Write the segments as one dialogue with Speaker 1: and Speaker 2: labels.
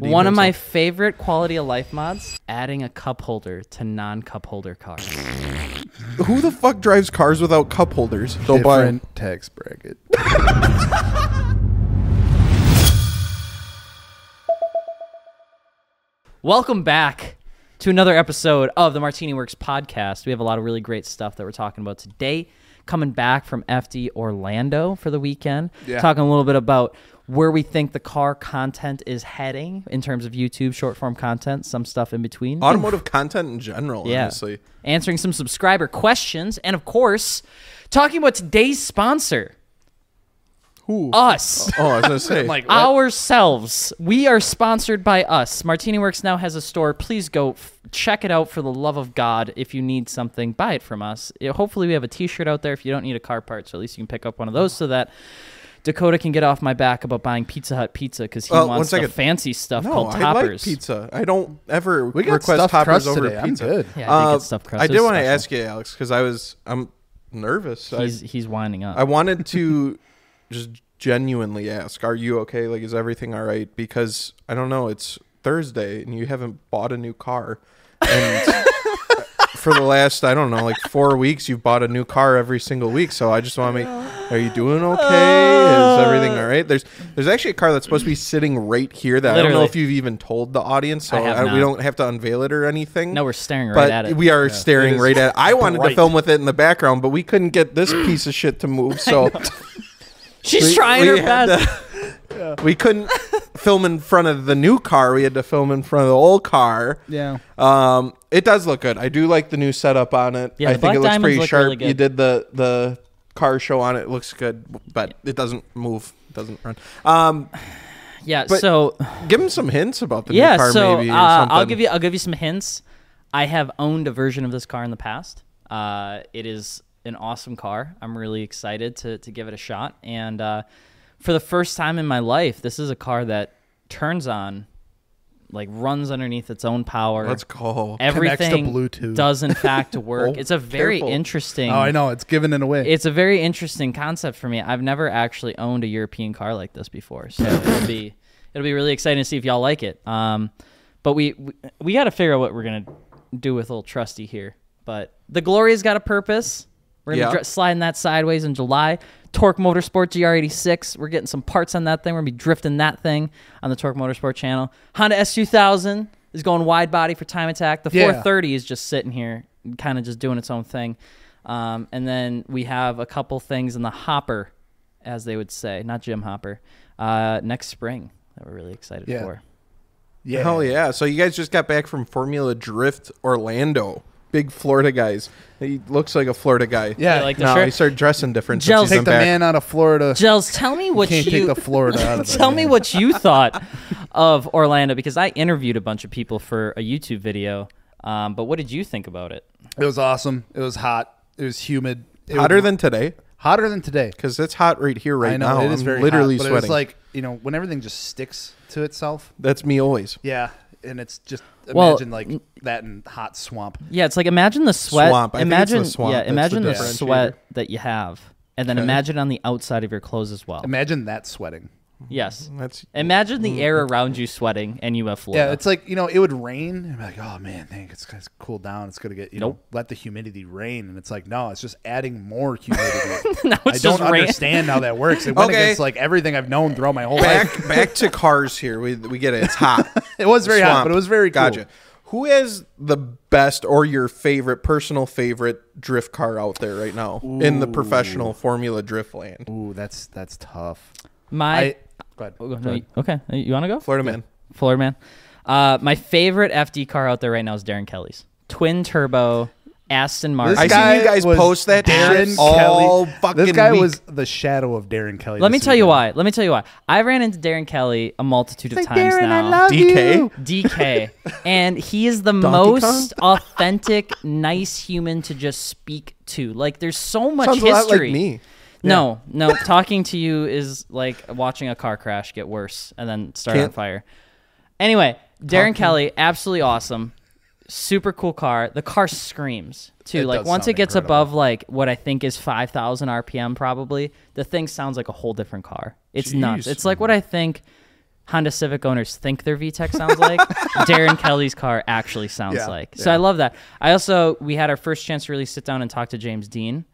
Speaker 1: One of
Speaker 2: himself.
Speaker 1: my favorite quality of life mods: adding a cup holder to non-cup holder cars.
Speaker 3: Who the fuck drives cars without cup holders?
Speaker 2: Don't buy 'em.
Speaker 4: Different tax bracket.
Speaker 1: Welcome back to another episode of the Martini Works podcast. We have a lot of really great stuff that we're talking about today. Coming back from FD Orlando for the weekend,
Speaker 3: Yeah.
Speaker 1: talking a little bit about where we think the car content is heading in terms of YouTube short form content, some stuff in between.
Speaker 3: Automotive content in general,
Speaker 1: Yeah.
Speaker 3: honestly.
Speaker 1: Answering some subscriber questions. And of course, talking about today's sponsor.
Speaker 3: Who?
Speaker 1: Us.
Speaker 3: Oh, I was gonna say.
Speaker 4: Like
Speaker 1: Ourselves. We are sponsored by us. Martini Works now has a store. Please go f- check it out for the love of God. If you need something, buy it from us. Yeah, hopefully, we have a t shirt out there if you don't need a car part, so at least you can pick up one of those so that. Dakota can get off my back about buying Pizza Hut pizza because he
Speaker 3: Uh, one
Speaker 1: wants the
Speaker 3: second.
Speaker 1: fancy stuff
Speaker 3: no,
Speaker 1: called
Speaker 3: I
Speaker 1: toppers.
Speaker 3: like pizza. I don't ever
Speaker 4: we got
Speaker 3: request
Speaker 4: stuffed
Speaker 3: toppers
Speaker 4: crust
Speaker 3: over
Speaker 4: today.
Speaker 3: pizza.
Speaker 4: I'm good.
Speaker 1: Yeah, I
Speaker 3: Uh,
Speaker 1: think it's stuffed crust.
Speaker 3: I
Speaker 1: It
Speaker 3: did
Speaker 1: was
Speaker 3: want to
Speaker 1: special.
Speaker 3: ask you, Alex, because I was I'm nervous. I,
Speaker 1: He's he's winding up.
Speaker 3: I wanted to just genuinely ask, are you okay? Like, is everything all right? Because I don't know, it's Thursday and you haven't bought a new car. And for the last, I don't know, like four weeks, you've bought a new car every single week. So I just want to make, are you doing okay? Is everything all right? There's there's actually a car that's supposed to be sitting right here that I don't know
Speaker 1: Literally.
Speaker 3: if you've even told the audience. So
Speaker 1: I have
Speaker 3: I-
Speaker 1: not.
Speaker 3: we don't have to unveil it or anything.
Speaker 1: No, we're staring right
Speaker 3: but
Speaker 1: at it.
Speaker 3: we are staring
Speaker 4: It is
Speaker 3: right at it. I wanted to
Speaker 4: bright.
Speaker 3: film with it in the background, but we couldn't get this piece of shit to move. So
Speaker 1: She's
Speaker 3: we-
Speaker 1: trying
Speaker 3: we
Speaker 1: her
Speaker 3: had
Speaker 1: best.
Speaker 3: we couldn't film in front of the new car. We had to film in front of the old car.
Speaker 2: Yeah.
Speaker 3: Um, it does look good. I do like the new setup on it.
Speaker 1: Yeah,
Speaker 3: I
Speaker 1: the
Speaker 3: think
Speaker 1: black
Speaker 3: it looks
Speaker 1: diamonds
Speaker 3: pretty
Speaker 1: look
Speaker 3: sharp.
Speaker 1: really good.
Speaker 3: You did the the car show on it. It looks good, but it doesn't move. Doesn't run. Um,
Speaker 1: yeah.
Speaker 3: but-
Speaker 1: So
Speaker 3: give him some hints about the
Speaker 1: yeah.
Speaker 3: new car,
Speaker 1: So
Speaker 3: maybe. Or
Speaker 1: uh, I'll
Speaker 3: something.
Speaker 1: give you I'll give you some hints. I have owned a version of this car in the past. Uh, it is an awesome car. I'm really excited to to give it a shot. And uh, for the first time in my life, this is a car that turns on, like runs underneath its own power.
Speaker 3: Let's go.
Speaker 4: Connects to
Speaker 1: Everything
Speaker 4: Bluetooth.
Speaker 1: does in fact work.
Speaker 3: Oh,
Speaker 1: it's a very
Speaker 3: careful.
Speaker 1: interesting.
Speaker 4: Oh, I know it's giving it away.
Speaker 1: It's a very interesting concept for me. I've never actually owned a European car like this before, so it'll be it'll be really exciting to see if y'all like it. Um, but we we, we got to figure out what we're gonna do with little Trusty here. But the Gloria's got a purpose. We're gonna
Speaker 3: Yeah.
Speaker 1: be dri- sliding that sideways in July. Torque Motorsport GR86. We're getting some parts on that thing. We're gonna be drifting that thing on the Torque Motorsport channel. Honda S2000 is going wide body for Time Attack. The
Speaker 4: Yeah.
Speaker 1: 430 is just sitting here, kind of just doing its own thing. Um, and then we have a couple things in the hopper, as they would say, not Jim Hopper, uh, next spring that we're really excited
Speaker 4: Yeah.
Speaker 1: for.
Speaker 4: yeah.
Speaker 3: Hell yeah! So you guys just got back from Formula Drift Orlando. Big Florida guys. He looks like a Florida guy.
Speaker 4: Yeah.
Speaker 1: I like the
Speaker 3: No,
Speaker 1: shirt.
Speaker 3: he started dressing different
Speaker 1: Gels.
Speaker 3: since he's
Speaker 4: Take
Speaker 3: been
Speaker 4: the
Speaker 3: back.
Speaker 4: man out of Florida.
Speaker 1: Gels, tell me what
Speaker 4: Can't
Speaker 1: you
Speaker 4: take the Florida out of it.
Speaker 1: tell me what you thought of Orlando because I interviewed a bunch of people for a YouTube video. Um, but what did you think about it?
Speaker 4: It was awesome. It was hot. It was humid. It
Speaker 3: Hotter
Speaker 4: was-
Speaker 3: than today,
Speaker 4: hotter than today.
Speaker 3: because it's hot right here, right
Speaker 4: I know
Speaker 3: now.
Speaker 4: it is
Speaker 3: I'm
Speaker 4: very
Speaker 3: literally
Speaker 4: hot, but
Speaker 3: sweating.
Speaker 4: It's like you know when everything just sticks to itself.
Speaker 3: That's me always.
Speaker 4: Yeah, and it's just
Speaker 1: Well,
Speaker 4: imagine like that in hot swamp.
Speaker 1: Yeah, it's like imagine the sweat.
Speaker 3: Swamp. I think it's the
Speaker 1: imagine
Speaker 3: swamp
Speaker 1: yeah,
Speaker 3: that's the
Speaker 1: imagine the,
Speaker 3: differentiator.
Speaker 1: sweat that you have, and then imagine on the outside of your clothes as well.
Speaker 4: Imagine that sweating.
Speaker 1: yes,
Speaker 3: That's
Speaker 1: imagine the air around you sweating, and you have Florida.
Speaker 4: Mm, Yeah, it's like you know it would rain. And I'm like, oh man, thank it's, it's cooled down. It's gonna get you
Speaker 1: Nope.
Speaker 4: know let the humidity rain, and it's like no, it's just adding more humidity.
Speaker 1: Now
Speaker 4: I
Speaker 1: it's
Speaker 4: don't
Speaker 1: just rain.
Speaker 4: understand how that works. It went
Speaker 3: Okay.
Speaker 4: against like everything I've known throughout my whole life.
Speaker 3: back back to cars here. We we get it. It's hot.
Speaker 4: It was very hot,
Speaker 3: Swamp.
Speaker 4: but it was very cool.
Speaker 3: Gotcha. Who has the best or your favorite personal favorite drift car out there right now in the professional Formula Drift land?
Speaker 4: Ooh, that's that's tough.
Speaker 1: My
Speaker 4: I, but
Speaker 1: Oh, no, you- okay, you want to go?
Speaker 3: Florida man.
Speaker 1: Florida man. Uh, my favorite FD car out there right now is Darren Kelly's twin turbo Aston Martin.
Speaker 3: I see you guys
Speaker 4: was
Speaker 3: post that
Speaker 4: Darren
Speaker 3: shit all
Speaker 4: Kelly.
Speaker 3: fucking
Speaker 4: This guy
Speaker 3: week.
Speaker 4: was the shadow of Darren Kelly.
Speaker 1: Let me
Speaker 4: this
Speaker 1: tell you
Speaker 4: weekend.
Speaker 1: why. Let me tell you why. I ran into Darren Kelly a multitude of times now.
Speaker 3: DK. you."
Speaker 1: DK, and he is the most authentic, nice human to just speak to. Like, there's so much
Speaker 3: Sounds a
Speaker 1: history.
Speaker 3: lot like me.
Speaker 1: No, no, talking to you is like watching a car crash get worse and then start on
Speaker 3: Can't-
Speaker 1: fire. Anyway, Darren Kelly, absolutely awesome, super cool car. The car screams too.
Speaker 4: It
Speaker 1: like
Speaker 4: does
Speaker 1: once
Speaker 4: sound
Speaker 1: it gets
Speaker 4: incredible.
Speaker 1: above like what I think is five thousand RPM, probably the thing sounds like a whole different car. It's nuts.
Speaker 4: Jeez.
Speaker 1: It's like what I think Honda Civic owners think their VTEC sounds like, Darren Kelly's car actually sounds
Speaker 4: Yeah,
Speaker 1: like. So I love that. I also we had our first chance to really sit down and talk to James Dean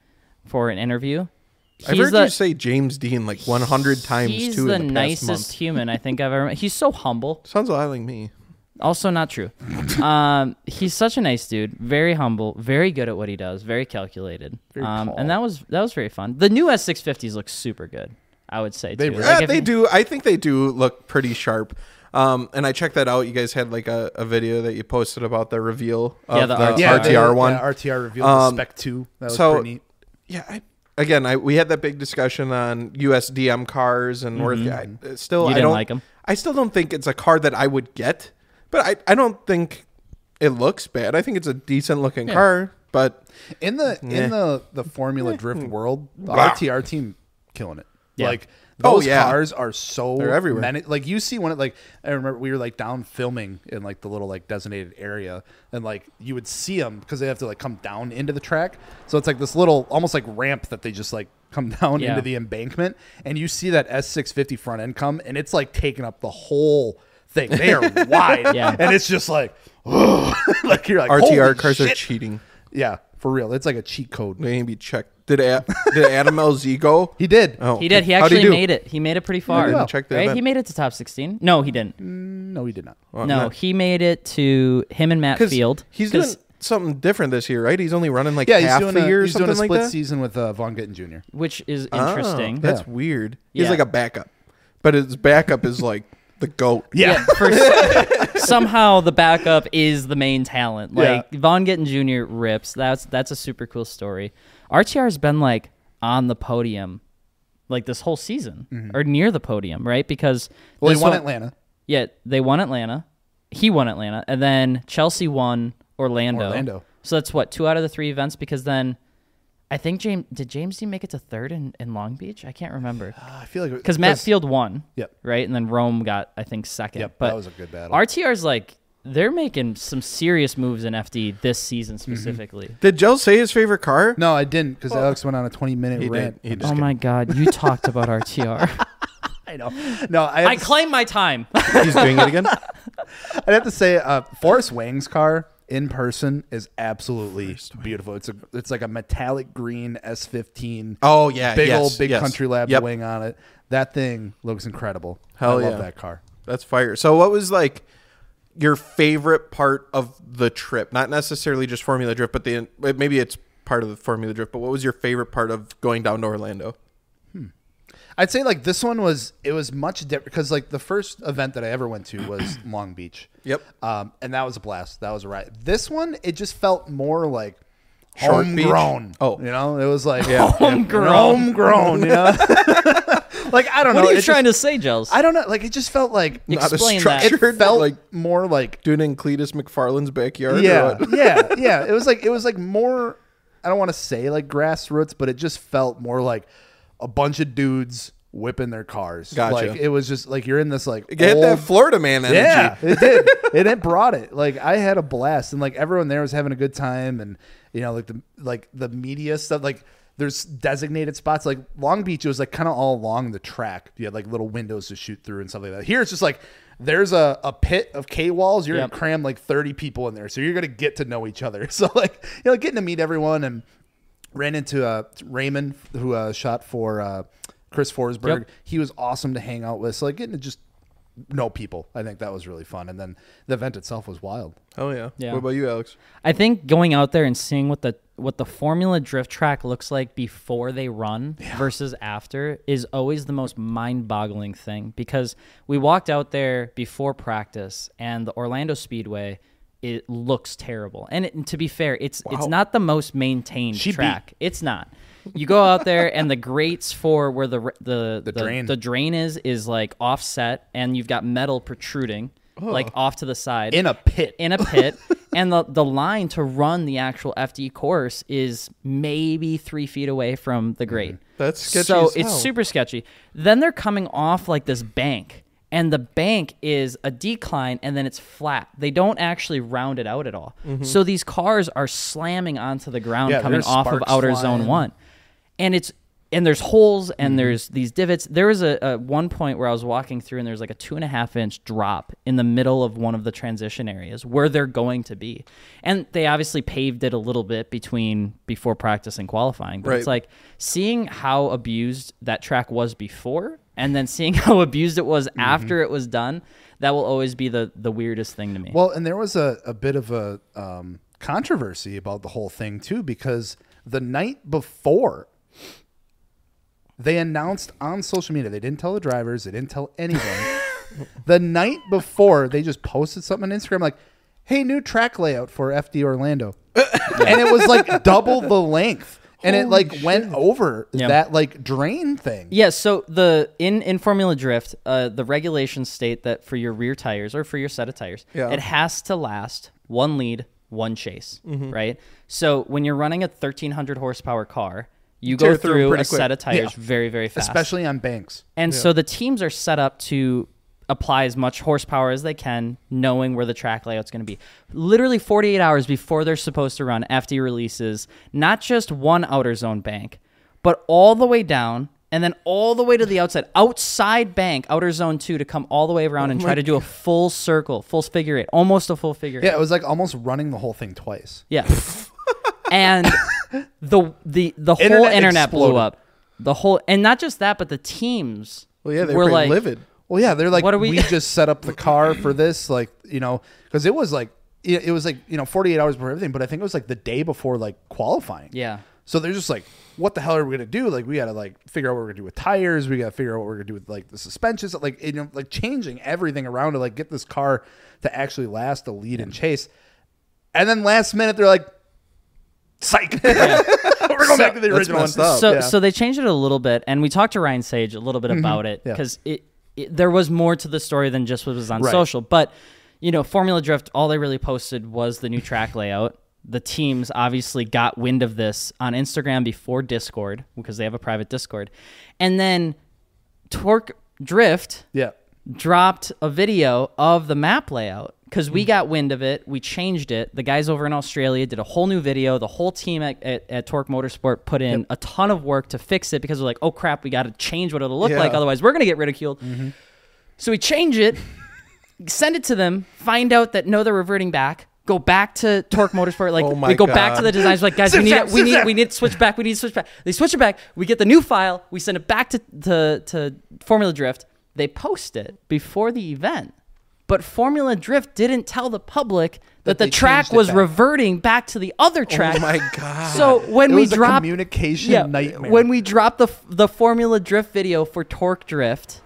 Speaker 1: for an interview.
Speaker 3: I've
Speaker 1: He's
Speaker 3: heard
Speaker 1: the-
Speaker 3: you say James Dean like 100 times
Speaker 1: He's
Speaker 3: too
Speaker 1: the,
Speaker 3: in the past
Speaker 1: nicest
Speaker 3: month.
Speaker 1: human I think I've ever met. He's so humble.
Speaker 3: Sounds a lot like me.
Speaker 1: Also not true. um, he's such a nice dude. Very humble. Very good at what he does. Very calculated. um,
Speaker 4: tall.
Speaker 1: and that was that was very fun. The new S650s look super good. I would say
Speaker 4: They
Speaker 1: too.
Speaker 4: really-
Speaker 1: Like,
Speaker 3: yeah,
Speaker 1: if-
Speaker 3: Eh, they do. I think they do look pretty sharp. Um, and I checked that out. You guys had like a, a video that you posted about the reveal of
Speaker 1: Yeah, the
Speaker 3: the,
Speaker 1: Yeah,
Speaker 3: RTR
Speaker 4: the-
Speaker 3: one.
Speaker 4: yeah, RTR revealed
Speaker 3: Um,
Speaker 4: the Spec Two. That was
Speaker 3: so-
Speaker 4: pretty neat.
Speaker 3: yeah, I, again, I we had that big discussion on USDM cars and worth. I, still,
Speaker 1: Mm-hmm. You
Speaker 3: I
Speaker 1: didn't
Speaker 3: don't
Speaker 1: like 'em?
Speaker 3: I still don't think it's a car that I would get, but I I don't think it looks bad. I think it's a decent looking car, but
Speaker 4: In the
Speaker 3: Yeah.
Speaker 4: in the the Formula
Speaker 3: Mm.
Speaker 4: Drift world, the
Speaker 3: Wow.
Speaker 4: RTR team killing it.
Speaker 1: Yeah.
Speaker 4: Like
Speaker 3: Oh,
Speaker 4: those
Speaker 3: yeah.
Speaker 4: cars are so
Speaker 3: They're everywhere.
Speaker 4: many- like you see one of like I remember we were like down filming in like the little like designated area, and like you would see them because they have to like come down into the track. So it's like this little almost like ramp that they just like come down
Speaker 1: Yeah.
Speaker 4: into the embankment, and you see that S650 front end come, and it's like taking up the whole thing. They are wide,
Speaker 1: Yeah.
Speaker 4: and it's just like, like you're like
Speaker 3: RTR
Speaker 4: "Holy
Speaker 3: cars are
Speaker 4: shit."
Speaker 3: cheating.
Speaker 4: Yeah, for real. It's like a cheat code.
Speaker 3: They need to be checked. Did A- did Adam LZ go?
Speaker 4: He did.
Speaker 3: Oh,
Speaker 1: He did. He
Speaker 3: How'd
Speaker 1: actually
Speaker 3: do?
Speaker 1: made it. He made it pretty far.
Speaker 3: didn't check the
Speaker 1: right?
Speaker 3: event.
Speaker 1: He made it to top 16. No, he didn't.
Speaker 4: No, he did not.
Speaker 1: no, he made it to him and Matt
Speaker 3: 'Cause
Speaker 1: Field.
Speaker 3: He's
Speaker 1: 'Cause-
Speaker 3: doing something different this year, right? He's only running like
Speaker 4: Yeah,
Speaker 3: half
Speaker 4: he's doing
Speaker 3: the
Speaker 4: a,
Speaker 3: year or
Speaker 4: he's doing
Speaker 3: something
Speaker 4: a split
Speaker 3: like that.
Speaker 4: season with uh, Von Gittin Jr.
Speaker 1: which is
Speaker 3: Oh,
Speaker 1: interesting.
Speaker 3: that's
Speaker 4: Yeah.
Speaker 3: weird.
Speaker 1: Yeah.
Speaker 3: He's like a backup, but his backup is like the goat.
Speaker 1: Yeah, for s- somehow the backup is the main talent. Like Von Gittin Jr. rips. That's that's a super cool story. RTR's been like on the podium, like this whole season or near the podium, right? Because
Speaker 4: Mm-hmm. Well,
Speaker 1: this
Speaker 4: he won
Speaker 1: one-
Speaker 4: Atlanta.
Speaker 1: Yeah, they won Atlanta. He won Atlanta, and then Chelsea won Orlando.
Speaker 4: Orlando.
Speaker 1: So that's what two out of the three events. Because then, I think James did James Dean make it to third in, in Long Beach? Uh, I can't remember
Speaker 4: I feel like
Speaker 1: because Matt Field won.
Speaker 4: Yep.
Speaker 1: Right, and then Rome got I think second.
Speaker 4: Yep,
Speaker 1: but
Speaker 4: that was a good battle.
Speaker 1: RTR's like they're making some serious moves in FD this season
Speaker 4: Mm-hmm.
Speaker 1: specifically.
Speaker 3: Did Joe say his favorite car?
Speaker 4: No, I didn't because Alex went on a 20 minute
Speaker 3: He did.
Speaker 4: rant.
Speaker 3: He did.
Speaker 1: Oh my God! You talked about RTR.
Speaker 4: I know. No, I have,
Speaker 1: I
Speaker 4: to,
Speaker 1: claim my time.
Speaker 3: He's doing it again.
Speaker 4: I'd have to say, uh, Forrest Wang's car in person is absolutely beautiful. It's a it's like a metallic green S15.
Speaker 3: Oh yeah,
Speaker 4: big
Speaker 3: yes,
Speaker 4: old big
Speaker 3: yes.
Speaker 4: country lab
Speaker 3: Yep.
Speaker 4: wing on it. That thing looks incredible. I
Speaker 3: Hell
Speaker 4: love
Speaker 3: yeah.
Speaker 4: that car.
Speaker 3: That's fire. So what was like your favorite part of the trip? Not necessarily just Formula Drift, but the but maybe it's part of the Formula Drift. But what was your favorite part of going down to Orlando?
Speaker 4: I'd say like this one was it was much different because like the first event that I ever went to was Long Beach.
Speaker 3: Yep.
Speaker 4: Um, and that was a blast. That was a ride. This one it just felt more like
Speaker 3: Short beach?
Speaker 4: homegrown.
Speaker 3: Oh.
Speaker 4: you know it was like
Speaker 3: Yeah.
Speaker 1: Homegrown.
Speaker 4: homegrown. You know, like I don't know.
Speaker 1: what are you
Speaker 4: it
Speaker 1: trying
Speaker 4: just,
Speaker 1: to say, Gels?
Speaker 4: I don't know. Like it just felt like
Speaker 3: Not a
Speaker 1: Explain that.
Speaker 3: structured
Speaker 4: it felt
Speaker 3: like
Speaker 4: more like
Speaker 3: doing it in Cletus McFarland's backyard. Or
Speaker 4: yeah,
Speaker 3: what?
Speaker 4: yeah, yeah. It was like it was like more. I don't want to say like grassroots, but it just felt more like a bunch of dudes whipping their cars.
Speaker 3: Gotcha.
Speaker 4: Like it was just like you're in this like
Speaker 3: Get that
Speaker 4: old-
Speaker 3: Florida man energy.
Speaker 4: yeah, it did. It, it brought it. Like I had a blast, and like everyone there was having a good time, and you know, like the like the media stuff. Like there's designated spots. Like Long Beach was like kind of all along the track. You had like little windows to shoot through and stuff like that. Here it's just like there's a, a pit of K walls. You're
Speaker 1: Yep.
Speaker 4: gonna cram like 30 people in there, so you're gonna get to know each other. So like you know, getting to meet everyone and ran into uh, Raymond who uh, shot for uh, Chris Forsberg.
Speaker 1: Yep.
Speaker 4: He was awesome to hang out with. So like getting to just know people. I think that was really fun. And then the event itself was wild.
Speaker 3: Hell yeah.
Speaker 1: Yeah.
Speaker 3: What about you, Alex?
Speaker 1: I think going out there and seeing what the what the formula drift track looks like before they run versus after is always the most mind-boggling thing because we walked out there before practice and the Orlando Speedway it looks terrible. And it, to be fair, it's it's not the most maintained
Speaker 4: She beat.
Speaker 1: track. It's not. You go out there and the grates for where the r- the the,
Speaker 4: drain.
Speaker 1: the drain is is like offset and you've got metal protruding like off to the side
Speaker 4: Oh. In a pit.
Speaker 1: in a pit and the, the line to run the actual fd course is maybe three feet away from the grate
Speaker 3: That's sketchy
Speaker 1: so
Speaker 3: as
Speaker 1: it's
Speaker 3: hell.
Speaker 1: super sketchy then they're coming off like this bank and the bank is a decline and then it's flat they don't actually round it out at all so these cars are slamming onto the ground
Speaker 4: Yeah,
Speaker 1: coming
Speaker 4: there's
Speaker 1: off of
Speaker 4: sparks
Speaker 1: outer
Speaker 4: flying.
Speaker 1: zone one and it's and there's holes and there's these divots. There was a, a one point where I was walking through and there's like a two and a half inch drop in the middle of one of the transition areas where they're going to be, and they obviously paved it a little bit between before practice and qualifying. But it's
Speaker 3: Right.
Speaker 1: like seeing how abused that track was before, and then seeing how abused it was after it was done. That will always be the the weirdest thing to me.
Speaker 4: Well, and there was a, a bit of a um, controversy about the whole thing too, because the night before they announced on social media, they didn't tell the drivers, they didn't tell anyone. the night before, they just posted something on Instagram like, "Hey, new track layout for FD Orlando," and it was like double the length, and it like went over that like drain thing.
Speaker 1: Yeah, so the in in Formula Drift, uh, the regulations state that for your rear tires or for your set of tires,
Speaker 3: Yeah.
Speaker 1: it has to last one lead, one chase,
Speaker 3: Mm-hmm.
Speaker 1: right? So when you're running a 1300 horsepower car, you
Speaker 3: Tear
Speaker 1: go
Speaker 3: through 'em
Speaker 1: through a
Speaker 3: pretty quick.
Speaker 1: set of tires very very fast.
Speaker 4: Especially on banks.
Speaker 1: And so the teams are set up to apply as much horsepower as they can, knowing where the track layout's going to be. Literally 48 hours before they're supposed to run, FD releases not just one outer zone bank, but all the way down and then all the way to the outside, outside bank, outer zone two, to come all the way around and try to do a full circle, full figure eight, almost a full figure
Speaker 4: Yeah, it was like almost running the whole thing twice.
Speaker 1: yeah. and the the the whole
Speaker 4: Internet
Speaker 1: internet, blew
Speaker 4: exploded.
Speaker 1: up. The whole and not just that, but the teams.
Speaker 3: Well, yeah, they
Speaker 1: were
Speaker 3: were
Speaker 1: like
Speaker 3: livid.
Speaker 4: Well, yeah, they're like,
Speaker 1: What are
Speaker 4: we,
Speaker 1: we-
Speaker 4: just set up the car for this, like you know, because it was like it, it was like you know, forty eight hours before everything, but I think it was like the day before like qualifying.
Speaker 1: Yeah.
Speaker 4: So they're just like, what the hell are we gonna do? Like, we gotta like figure out what we're gonna do with tires. We gotta figure out what we're gonna do with like the suspensions. Like, you know, like changing everything around to like get this car to actually last the lead and chase. And then last minute, they're like, psych. we're going back to the
Speaker 3: That's
Speaker 4: original one.
Speaker 3: messed up.
Speaker 1: So
Speaker 4: Yeah. Mm-hmm.
Speaker 1: so they changed it a little bit, and we talked to Ryan Sage a little bit about it
Speaker 4: Yeah.
Speaker 1: because it, it there was more to the story than just what was on
Speaker 4: Right.
Speaker 1: social. But you know, Formula Drift, all they really posted was the new track layout. The teams obviously got wind of this on Instagram before Discord because they have a private Discord, and then Torque Drift
Speaker 4: Yeah.
Speaker 1: dropped a video of the map layout because we got wind of it. We changed it. The guys over in Australia did a whole new video. The whole team at, at, at Torque Motorsport put in a ton of work to fix it because we're like, oh crap, we got to change what it'll look
Speaker 3: Yeah.
Speaker 1: like. Otherwise, we're going to get ridiculed. So we change it, send it to them, find out that no, they're reverting back. Go back to Torque Motorsport. Like
Speaker 3: Oh my
Speaker 1: we go back
Speaker 3: God.
Speaker 1: to the designs. Like guys, we
Speaker 4: Zip
Speaker 1: need
Speaker 4: zap,
Speaker 1: we
Speaker 4: zip
Speaker 1: need
Speaker 4: zap.
Speaker 1: we need to switch back. We need to switch back. They switch it back. We get the new file. We send it back to to, to Formula Drift. They post it before the event, but Formula Drift didn't tell the public that,
Speaker 4: That
Speaker 1: the
Speaker 4: they
Speaker 1: track
Speaker 4: changed it
Speaker 1: was
Speaker 4: back.
Speaker 1: reverting back to the other track.
Speaker 3: Oh my god.
Speaker 1: So when
Speaker 4: It
Speaker 1: we
Speaker 4: was a
Speaker 1: drop
Speaker 4: communication nightmare.
Speaker 1: when we dropped the the Formula Drift video for Torque Drift,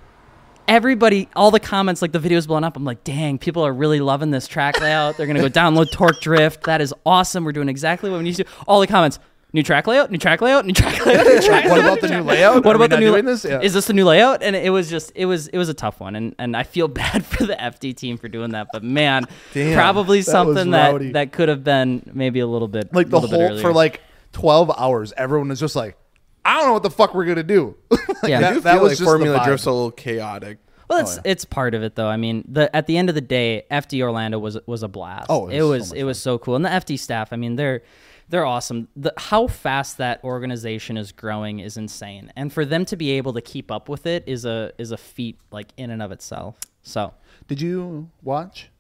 Speaker 1: everybody, all the comments, like the video's blown up. I'm like, dang, people are really loving this track layout. They're gonna go download Torque Drift. That is awesome. We're doing exactly what we need to. do. All the comments. New track layout, new track layout, new track layout. New track
Speaker 4: What
Speaker 1: layout,
Speaker 4: about the
Speaker 1: track
Speaker 4: new
Speaker 1: layout."
Speaker 4: layout?
Speaker 1: What
Speaker 4: Are we
Speaker 1: about the
Speaker 4: not
Speaker 1: new
Speaker 4: doing this? Yeah.
Speaker 1: Is this the new layout? And it was just, it was, it was a tough one, and and I feel bad for the FD team for doing that. But man,
Speaker 3: Damn,
Speaker 1: probably
Speaker 4: that was
Speaker 1: something that
Speaker 4: rowdy.
Speaker 1: that could have been maybe a little bit
Speaker 4: like the
Speaker 1: little bit
Speaker 4: whole
Speaker 1: earlier.
Speaker 4: for like 12 hours everyone is just like i don't know what the fuck we're gonna do
Speaker 1: Yeah.
Speaker 3: I
Speaker 4: that-
Speaker 3: do
Speaker 4: that
Speaker 3: feel
Speaker 4: was
Speaker 3: like
Speaker 4: just the
Speaker 3: Formula
Speaker 4: vibe.
Speaker 3: Drift's a little chaotic.
Speaker 1: Well,
Speaker 4: Oh,
Speaker 1: it's it's part of it though. I mean, the at the end of the day, FD Orlando was was a blast.
Speaker 4: Oh,
Speaker 1: it
Speaker 4: it was
Speaker 1: was it was
Speaker 4: so
Speaker 1: so,
Speaker 4: much
Speaker 1: cool, and the FD staff. I mean, they're they're awesome. The, how fast that organization is growing is insane, and for them to be able to keep up with it is a is a feat like in and of itself. So,
Speaker 4: did you watch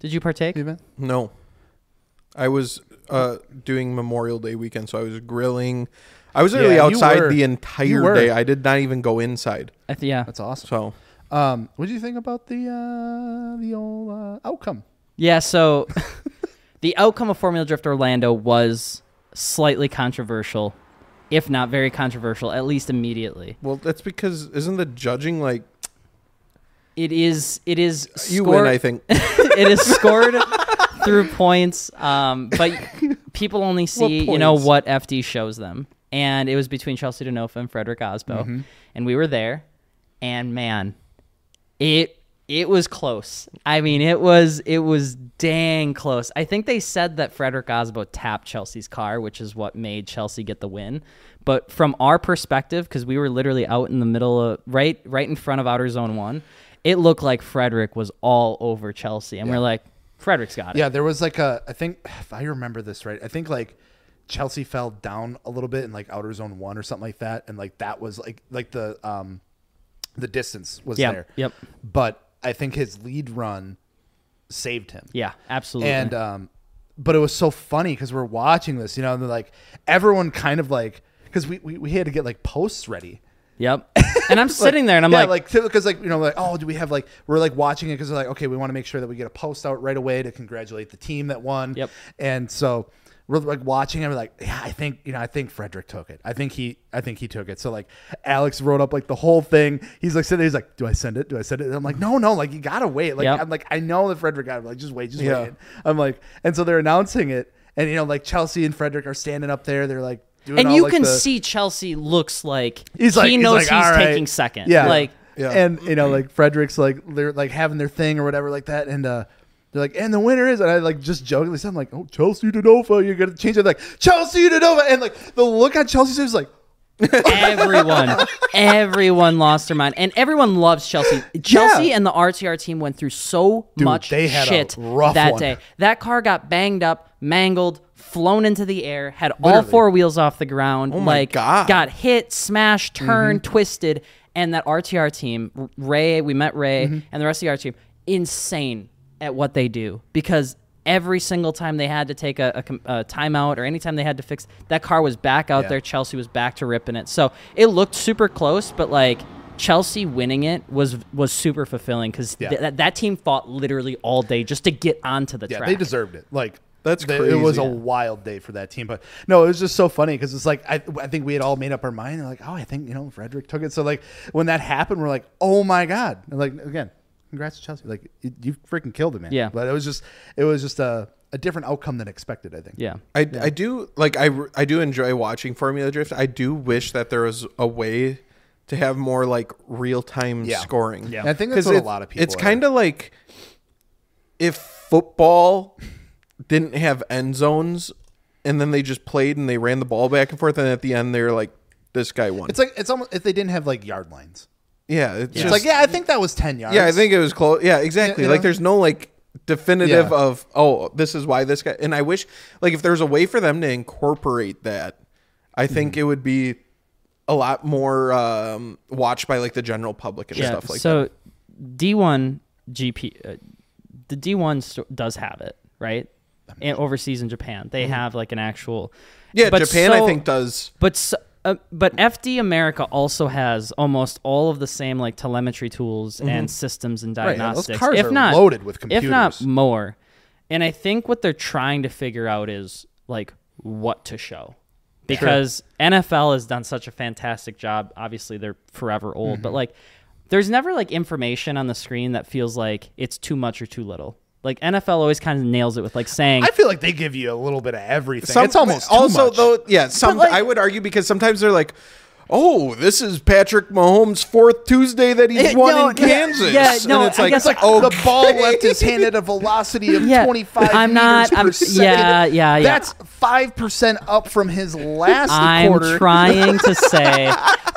Speaker 1: did you partake?
Speaker 4: the event
Speaker 3: No. I was uh, doing Memorial Day weekend, so I was grilling. I was literally
Speaker 4: you
Speaker 3: outside
Speaker 4: were.
Speaker 3: the
Speaker 4: You
Speaker 3: entire
Speaker 4: were.
Speaker 3: day. I did not even go inside.
Speaker 1: I th- yeah,
Speaker 4: that's awesome
Speaker 3: So
Speaker 4: um what do you think about the uh the old uh, outcome
Speaker 1: yeah. So, the outcome of Formula Drift Orlando was slightly controversial, if not very controversial, at least immediately.
Speaker 3: well, that's because isn't the judging like
Speaker 1: It is it is
Speaker 3: you
Speaker 1: score-
Speaker 3: win? I think.
Speaker 1: it is scored through points, um, but people only see you know
Speaker 3: points?
Speaker 1: what FD shows them. And it was between Chelsea Denofa and Frederick Osbo, and we were there. And man, it it was close. I mean, it was it was dang close. I think they said that Frederick Osbo tapped Chelsea's car, which is what made Chelsea get the win. But from our perspective, because we were literally out in the middle of right right in front of outer zone one, it looked like Frederick was all over Chelsea, and we're like, Frederick's got it.
Speaker 4: yeah there was like a i think if i remember this right i think like Chelsea fell down a little bit in like outer zone one or something like that, and like that was like like the um the distance was
Speaker 1: Yeah,
Speaker 4: there.
Speaker 1: yep.
Speaker 4: But I think his lead run saved him.
Speaker 1: Yeah, absolutely.
Speaker 4: And um, but it was so funny because we're watching this, you know, and like everyone kind of like because we, we we had to get like posts ready.
Speaker 1: yep. And I'm sitting there and I'm
Speaker 4: yeah,
Speaker 1: like,
Speaker 4: like because like you know like oh do we have like we're like watching it because we're like okay we want to make sure that we get a post out right away to congratulate the team that won.
Speaker 1: Yep.
Speaker 4: And so we're like watching and we're like yeah I think you know I think Frederick took it I think he I think he took it so like Alex wrote up like the whole thing he's like sitting there, he's like do I send it do I send it and I'm like no no like you gotta wait like
Speaker 1: Yep.
Speaker 4: I'm like I know that Frederick got it like just wait just
Speaker 3: Yeah.
Speaker 4: wait I'm like and so they're announcing it and you know like Chelsea and Frederick are standing up there they're like doing
Speaker 1: and
Speaker 4: all,
Speaker 1: you
Speaker 4: like,
Speaker 1: can
Speaker 4: the-
Speaker 1: see Chelsea looks like
Speaker 4: he's like
Speaker 1: he knows he's,
Speaker 4: like, "All right."
Speaker 1: taking second.
Speaker 4: Yeah,
Speaker 1: Like
Speaker 3: Yeah.
Speaker 4: and you know, like Frederick's like they're like having their thing or whatever like that, and uh, they're like, and the winner is, and I like just jokingly said, I'm like, oh Chelsea Denova, you're gonna change it, like Chelsea Denova, and like the look on Chelsea's face is like,
Speaker 1: everyone, everyone lost their mind, and everyone loves Chelsea. Chelsea and the RTR team went through so much
Speaker 4: they had a
Speaker 1: shit
Speaker 4: rough
Speaker 1: that
Speaker 4: one.
Speaker 1: day. That car got banged up, mangled, flown into the air, had all
Speaker 4: Literally.
Speaker 1: four wheels off the ground. Oh
Speaker 3: my
Speaker 1: like,
Speaker 3: God.
Speaker 1: got hit, smashed,
Speaker 4: Mm-hmm.
Speaker 1: turned, twisted, and that RTR team, Ray, we met Ray,
Speaker 4: Mm-hmm.
Speaker 1: and the rest of the R team, insane at what they do because. Every single time they had to take a, a com- a timeout or anytime they had to fix, that car was back out
Speaker 4: Yeah.
Speaker 1: there. Chelsea was back to ripping it. So it looked super close, but like Chelsea winning it was was super fulfilling because
Speaker 4: Yeah.
Speaker 1: that that team fought literally all day just to get onto the
Speaker 4: yeah,
Speaker 1: track.
Speaker 4: they deserved it, like.
Speaker 3: That's
Speaker 4: they- It was a
Speaker 3: crazy.
Speaker 4: wild day for that team, but no, it was just so funny because it's like I, I think we had all made up our mind. and, like, oh, I think you know Frederick took it. So like when that happened, we're like, oh my god! And like again, congrats to Chelsea. Like you, you freaking killed it, man.
Speaker 1: Yeah.
Speaker 4: But it was just it was just a, a different outcome than expected. I think.
Speaker 1: yeah,
Speaker 3: I, I do like I, r- I do enjoy watching Formula Drift. I do wish that there was a way to have more like real time
Speaker 4: Yeah.
Speaker 3: scoring.
Speaker 4: Yeah. And I think that's
Speaker 3: 'Cause
Speaker 4: what a
Speaker 3: it's-
Speaker 4: lot of people
Speaker 3: It's
Speaker 4: are-
Speaker 3: kind of like if football didn't have end zones, and then they just played and they ran the ball back and forth, and at the end they're like, "This guy won."
Speaker 4: It's like it's almost if they didn't have like yard lines.
Speaker 3: yeah, it's
Speaker 4: it's like
Speaker 3: yeah,
Speaker 4: yeah, I think that was ten yards.
Speaker 3: I think it was close. Yeah, exactly.
Speaker 4: you
Speaker 3: like
Speaker 4: know?
Speaker 3: there's no like definitive
Speaker 4: Yeah.
Speaker 3: of oh this is why this guy. And I wish like if there's a way for them to incorporate that, I think it would be a lot more um, watched by like the general public and
Speaker 1: yeah.
Speaker 3: stuff like that.
Speaker 1: so D1 GP, uh, the D1 sto- does have it right, and overseas in Japan they have like an actual
Speaker 3: Mm-hmm. Yeah,
Speaker 1: but
Speaker 3: Japan I
Speaker 1: so-
Speaker 3: think does.
Speaker 1: But so, uh, but FD America also has almost all of the same like telemetry tools and systems and
Speaker 4: Mm-hmm. yeah, those
Speaker 1: diagnostics.
Speaker 4: cars
Speaker 1: if
Speaker 4: are
Speaker 1: not
Speaker 4: loaded with
Speaker 1: if not
Speaker 4: computers.
Speaker 1: more. And I think what they're trying to figure out is like what to show. Because NFL has done such a fantastic job. Obviously, they're forever old,
Speaker 4: Mm-hmm.
Speaker 1: but like there's never like information on the screen that feels like it's too much or too little. Like NFL always kind of nails it with like saying
Speaker 4: I feel like they give you a little bit of everything.
Speaker 3: Some-
Speaker 4: it's almost too
Speaker 3: also
Speaker 4: much.
Speaker 3: though. Yeah, some
Speaker 1: like-
Speaker 3: I would argue because sometimes they're like. Oh, this is Patrick Mahomes' fourth Tuesday that he's
Speaker 1: Eh,
Speaker 3: won
Speaker 1: no,
Speaker 3: in
Speaker 1: yeah,
Speaker 3: Kansas.
Speaker 1: yeah, no,
Speaker 3: and it's
Speaker 1: I
Speaker 3: like,
Speaker 1: guess, like,
Speaker 3: oh,
Speaker 4: the ball left his hand at a velocity of
Speaker 1: Yeah.
Speaker 4: 25
Speaker 1: I'm
Speaker 4: meters
Speaker 1: not-
Speaker 4: per
Speaker 1: I'm-
Speaker 4: second.
Speaker 1: yeah, yeah, yeah.
Speaker 4: That's 5% up from his last
Speaker 1: I'm
Speaker 4: quarter.
Speaker 1: trying to say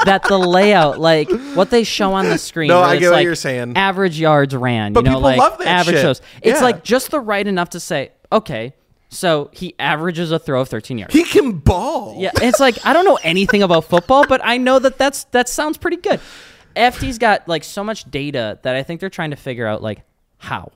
Speaker 1: that the layout, like what they show on the screen,
Speaker 3: No,
Speaker 1: where
Speaker 3: I
Speaker 1: it's
Speaker 3: get what
Speaker 1: like
Speaker 3: you're saying.
Speaker 1: Average yards ran,
Speaker 3: But
Speaker 1: you know,
Speaker 3: people
Speaker 1: like
Speaker 3: love that
Speaker 1: average
Speaker 3: shit.
Speaker 1: shows. It's
Speaker 3: Yeah.
Speaker 1: like just the right enough to say, okay, so he averages a throw of 13 yards.
Speaker 3: he can ball.
Speaker 1: yeah, it's like I don't know anything about football, but I know that that's that sounds pretty good. FD's got like so much data that I think they're trying to figure out like how.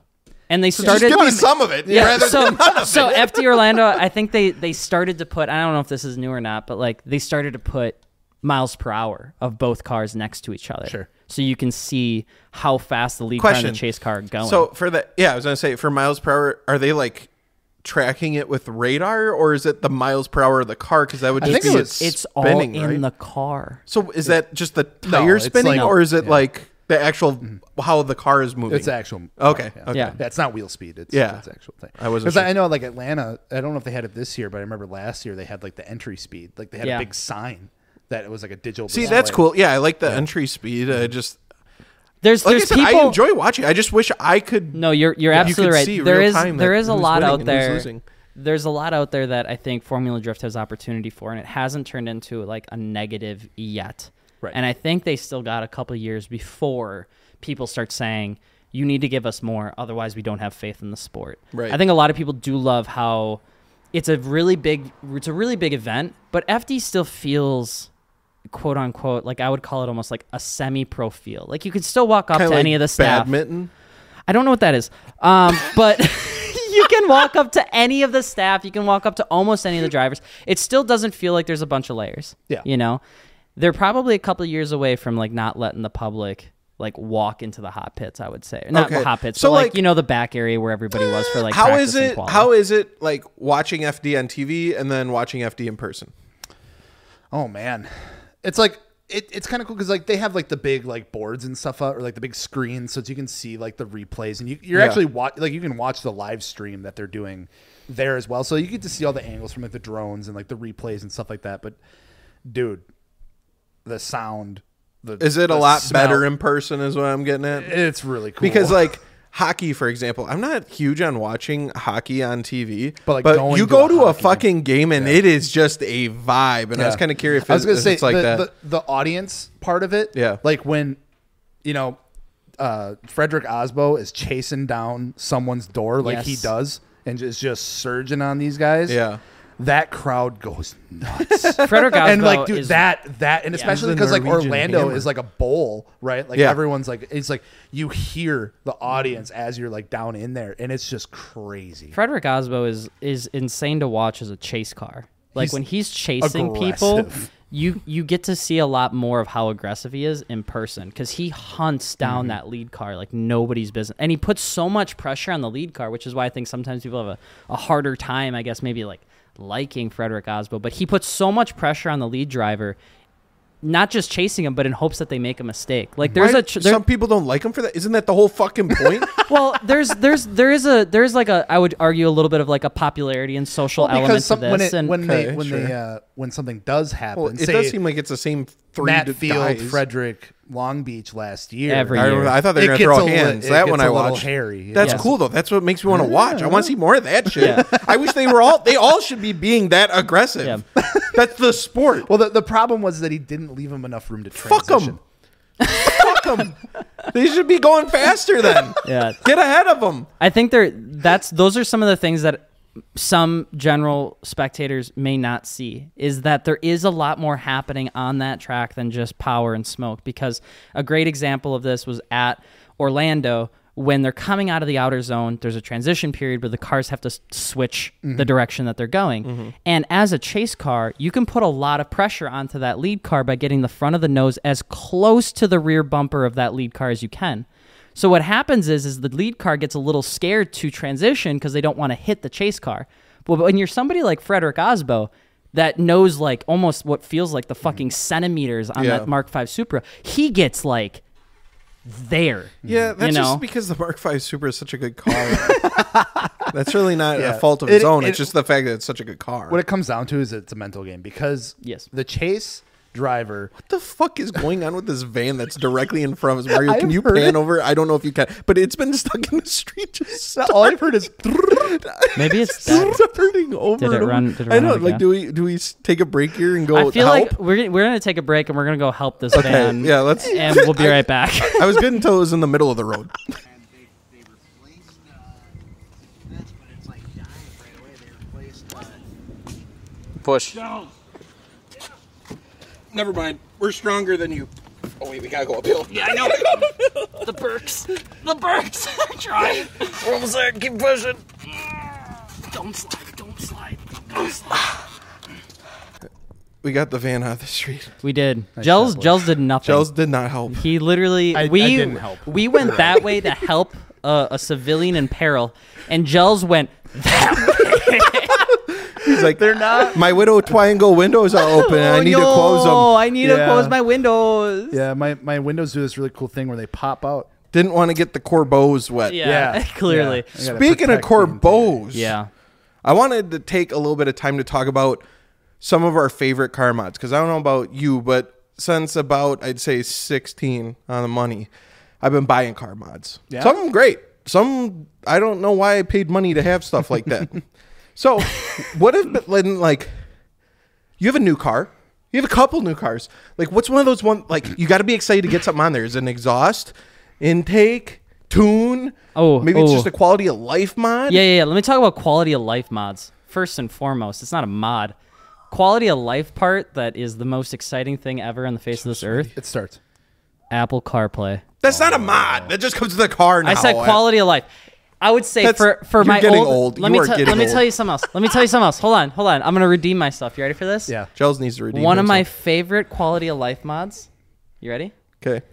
Speaker 1: And they started
Speaker 3: Just give me some of it rather
Speaker 1: so,
Speaker 3: than none of
Speaker 1: so
Speaker 3: it.
Speaker 1: FD Orlando, I think they they started to put. I don't know if this is new or not, but like they started to put miles per hour of both cars next to each other.
Speaker 4: Sure.
Speaker 1: So you can see how fast the lead car
Speaker 3: Question.
Speaker 1: and the chase car are going.
Speaker 3: So for the yeah, I was gonna say for miles per hour, are they like tracking it with radar or is it the miles per hour of the car? Because that would just
Speaker 4: think
Speaker 3: be
Speaker 4: it was-
Speaker 1: it's all
Speaker 3: spinning,
Speaker 1: in
Speaker 3: right?
Speaker 1: the car.
Speaker 3: So is that just the tire
Speaker 4: it's
Speaker 3: spinning
Speaker 4: like-
Speaker 3: or is it like the actual
Speaker 1: Mm-hmm.
Speaker 3: how the car is moving?
Speaker 4: It's actual.
Speaker 3: Okay, okay.
Speaker 1: Yeah.
Speaker 4: That's not wheel speed. It's,
Speaker 3: Yeah.
Speaker 4: it's actual thing.
Speaker 3: I wasn't
Speaker 4: Because
Speaker 3: sure.
Speaker 4: I know like Atlanta. I don't know if they had it this year, but I remember last year they had like the entry speed. Like they had
Speaker 1: Yeah.
Speaker 4: a big sign that it was like a digital.
Speaker 3: See, that's
Speaker 4: display.
Speaker 3: cool. Yeah, I like the entry speed. I just
Speaker 1: Mm-hmm. There's
Speaker 3: like
Speaker 1: there's
Speaker 3: I said,
Speaker 1: people.
Speaker 3: I enjoy watching. I just wish I could.
Speaker 1: No, you're you're
Speaker 3: Yeah. You
Speaker 1: absolutely
Speaker 3: could
Speaker 1: right.
Speaker 3: see
Speaker 1: There
Speaker 3: real
Speaker 1: is
Speaker 3: time
Speaker 1: there
Speaker 3: that
Speaker 1: is a
Speaker 3: who's
Speaker 1: lot
Speaker 3: winning
Speaker 1: out
Speaker 3: and who's
Speaker 1: there.
Speaker 3: losing.
Speaker 1: There's a lot out there that I think Formula Drift has opportunity for, and it hasn't turned into like a negative yet.
Speaker 4: Right.
Speaker 1: And I think they still got a couple years before people start saying you need to give us more, otherwise we don't have faith in the sport.
Speaker 3: Right.
Speaker 1: I think a lot of people do love how it's a really big it's a really big event, but FD still feels quote unquote like I would call it almost like a semi pro feel. Like you could still walk up
Speaker 3: Kinda
Speaker 1: to
Speaker 3: like
Speaker 1: any of the staff.
Speaker 3: Badminton.
Speaker 1: I don't know what that is. Um, but you can walk up to any of the staff. You can walk up to almost any of the drivers. It still doesn't feel like there's a bunch of layers.
Speaker 4: Yeah.
Speaker 1: You know, they're probably a couple years away from like not letting the public like walk into the hot pits. I would say not
Speaker 3: Okay.
Speaker 1: hot pits,
Speaker 3: So,
Speaker 1: but like,
Speaker 3: like-
Speaker 1: you know the back area where everybody was for like
Speaker 3: how is
Speaker 1: practicing
Speaker 3: it?
Speaker 1: quali.
Speaker 3: How is it like watching FD on TV and then watching FD in person?
Speaker 4: Oh man, it's like it, it's kind of cool because like they have like the big like boards and stuff up, or like the big screens, so that you can see like the replays, and you, you're
Speaker 3: Yeah.
Speaker 4: actually watch like you can watch the live stream that they're doing there as well. So you get to see all the angles from like the drones and like the replays and stuff like that. But dude, the sound, the
Speaker 3: Is it a
Speaker 4: the
Speaker 3: lot
Speaker 4: smell,
Speaker 3: better in person? Is what I'm getting at.
Speaker 4: It's really cool
Speaker 3: because like hockey for example i'm not huge on watching hockey on tv
Speaker 4: But, like, going
Speaker 3: you
Speaker 4: to
Speaker 3: go
Speaker 4: a
Speaker 3: to a
Speaker 4: hockey game-
Speaker 3: fucking game and it is just a vibe and i was
Speaker 4: Yeah.
Speaker 3: kind of curious if,
Speaker 4: I was gonna
Speaker 3: if
Speaker 4: say
Speaker 3: it's like
Speaker 4: the,
Speaker 3: that
Speaker 4: The, the audience part of it.
Speaker 3: Yeah.
Speaker 4: Like when, you know, uh, Frederick Osbo is chasing down someone's door like he
Speaker 1: Yes.
Speaker 4: does, and is just surging on these guys.
Speaker 3: Yeah.
Speaker 4: That crowd goes nuts.
Speaker 1: Frederick Osbo
Speaker 4: and like, dude,
Speaker 1: is
Speaker 4: that that, and
Speaker 3: He's
Speaker 4: especially
Speaker 3: the
Speaker 4: because like
Speaker 3: Norwegian
Speaker 4: Orlando
Speaker 3: hammer.
Speaker 4: is like a bowl, right? Like
Speaker 3: Yeah.
Speaker 4: everyone's like, it's like you hear the audience as you're like down in there, and it's just crazy.
Speaker 1: Frederick Osbo is is insane to watch as a chase car. Like
Speaker 4: He's
Speaker 1: when he's chasing people,
Speaker 4: aggressive.
Speaker 1: you you get to see a lot more of how aggressive he is in person because he hunts
Speaker 4: Mm-hmm.
Speaker 1: down that lead car like nobody's business, and he puts so much pressure on the lead car, which is why I think sometimes people have a, a harder time, I guess, maybe like liking Frederick Osbo. But he puts so much pressure on the lead driver, not just chasing him, but in hopes that they make a mistake. Like there's
Speaker 3: Why
Speaker 1: a
Speaker 3: do-
Speaker 1: tr- there,
Speaker 3: some people don't like him for that isn't that the whole fucking point
Speaker 1: well, there's there's there is a there's like a I would argue a little bit of like a popularity and social element
Speaker 4: because some,
Speaker 1: to this.
Speaker 4: when it,
Speaker 1: and
Speaker 4: when they
Speaker 3: Okay,
Speaker 4: when they
Speaker 3: sure.
Speaker 4: uh, when something does happen,
Speaker 3: well, it
Speaker 4: say-
Speaker 3: does seem like it's the same three
Speaker 4: Matt
Speaker 3: d-
Speaker 4: Field,
Speaker 3: guys.
Speaker 4: Frederick, Long Beach last year.
Speaker 1: Every
Speaker 3: I, remember, I thought they
Speaker 4: It
Speaker 3: were
Speaker 4: gets
Speaker 3: gonna throw
Speaker 4: a li-
Speaker 3: hands.
Speaker 4: it
Speaker 3: that
Speaker 4: gets
Speaker 3: one
Speaker 4: a
Speaker 3: I
Speaker 4: little
Speaker 3: watched.
Speaker 4: hairy,
Speaker 3: That's
Speaker 1: yeah.
Speaker 3: cool though. That's what makes me want to watch. I want to see more of that shit. I wish they were all. They all should be being that aggressive. That's the sport.
Speaker 4: Well, the, the problem was that he didn't leave him enough room to
Speaker 3: Fuck
Speaker 4: transition.
Speaker 3: them. Fuck them. They should be going faster then.
Speaker 1: Yeah.
Speaker 3: Get ahead of them.
Speaker 1: I think they're that's those are some of the things that some general spectators may not see is that there is a lot more happening on that track than just power and smoke because a great example of this was at Orlando when they're coming out of the outer zone there's a transition period where the cars have to s- switch the direction that they're going and as a chase car you can put a lot of pressure onto that lead car by getting the front of the nose as close to the rear bumper of that lead car as you can so what happens is is the lead car gets a little scared to transition because they don't want to hit the chase car. But when you're somebody like Frederick Osbo that knows like almost what feels like the fucking centimeters on
Speaker 3: Mm-hmm. Yeah.
Speaker 1: that Mark V Supra, he gets like there.
Speaker 3: Yeah, that's
Speaker 1: you know.
Speaker 3: just because the Mark V Super is such a good car. that's really not
Speaker 4: Yeah.
Speaker 3: a fault of
Speaker 4: It-
Speaker 3: its own.
Speaker 4: it-
Speaker 3: it's just the fact that it's such a good car.
Speaker 4: What
Speaker 3: What
Speaker 4: it comes down to is it's a mental game because
Speaker 1: Yes.
Speaker 4: the chase driver.
Speaker 3: the fuck is going on with this van that's directly in front of us? Mario, can
Speaker 4: I've
Speaker 3: you
Speaker 4: heard
Speaker 3: pan
Speaker 4: it.
Speaker 3: over? I don't know if you can, but it's been stuck in the street. Just
Speaker 4: All I've heard is
Speaker 1: Maybe it's that.
Speaker 3: starting over.
Speaker 1: Did it
Speaker 3: and over.
Speaker 1: run- did it
Speaker 3: I
Speaker 1: run
Speaker 3: know.
Speaker 1: out of
Speaker 3: Like,
Speaker 1: gas?
Speaker 3: do we do we s- take a break here and go?
Speaker 1: I feel
Speaker 3: help?
Speaker 1: like we're gonna- we're gonna take a break and we're gonna go help this
Speaker 3: Okay,
Speaker 1: man.
Speaker 3: yeah. Let's.
Speaker 1: And we'll be right back.
Speaker 3: I was good until it was in the middle of the road.
Speaker 2: and they, they replaced uh, this, but it's like dying right away. They replaced uh,
Speaker 5: Push.
Speaker 6: Never mind. We're stronger than you. Oh wait, we gotta go uphill.
Speaker 5: Yeah, I know. the perks. The perks. I'm trying. We're almost there. Keep pushing. Don't slide. Don't slide. Don't slide.
Speaker 3: We got the van out of the street.
Speaker 1: we did. Gels Gels did nothing.
Speaker 3: Gels did not help.
Speaker 1: He literally
Speaker 4: I- I
Speaker 1: we
Speaker 4: didn't help.
Speaker 1: we went that way to help uh, a civilian in peril, and Gels went
Speaker 3: He's like, they're not. My widow triangle windows are open. and I need to close
Speaker 1: Oh,
Speaker 3: them.
Speaker 1: I need to
Speaker 4: Yeah.
Speaker 1: close my windows.
Speaker 4: yeah, my, my windows do this really cool thing where they pop out.
Speaker 3: Didn't want to get the Corbeaux wet.
Speaker 1: Yeah, clearly.
Speaker 4: Yeah. I gotta
Speaker 3: Speaking of
Speaker 4: protect the interior.
Speaker 3: Corbeaux,
Speaker 1: Yeah.
Speaker 3: I wanted to take a little bit of time to talk about some of our favorite car mods because I don't know about you, but since about I'd say 16 on the money, I've been buying car mods.
Speaker 4: Yeah?
Speaker 3: Some of them great. Some I don't know why I paid money to have stuff like that. so, what if been like you have a new car? You have a couple new cars. Like what's one of those one like you got to be excited to get something on there? Is it an exhaust, intake, tune?
Speaker 1: Oh,
Speaker 3: maybe it's
Speaker 1: oh.
Speaker 3: just a quality of life mod.
Speaker 1: yeah, yeah, yeah. Let me talk about quality of life mods. first and foremost, it's not a mod. Quality of life part that is the most exciting thing ever on the face of this earth.
Speaker 4: It starts.
Speaker 1: Apple CarPlay.
Speaker 3: That's not a mod. That just comes with the car now.
Speaker 1: I said quality of life. I would say
Speaker 3: That's-
Speaker 1: for for
Speaker 3: you're
Speaker 1: my
Speaker 3: getting
Speaker 1: old,
Speaker 3: old.
Speaker 1: Let
Speaker 3: You
Speaker 1: me
Speaker 3: are
Speaker 1: tell-
Speaker 3: getting
Speaker 1: let me
Speaker 3: old.
Speaker 1: tell you something else. Let me tell you something else. Hold on, hold on. I'm gonna redeem myself. You ready for this?
Speaker 4: Yeah.
Speaker 3: Gels needs to redeem
Speaker 1: One of my
Speaker 3: himself.
Speaker 1: favorite quality of life mods. You ready?
Speaker 3: Okay.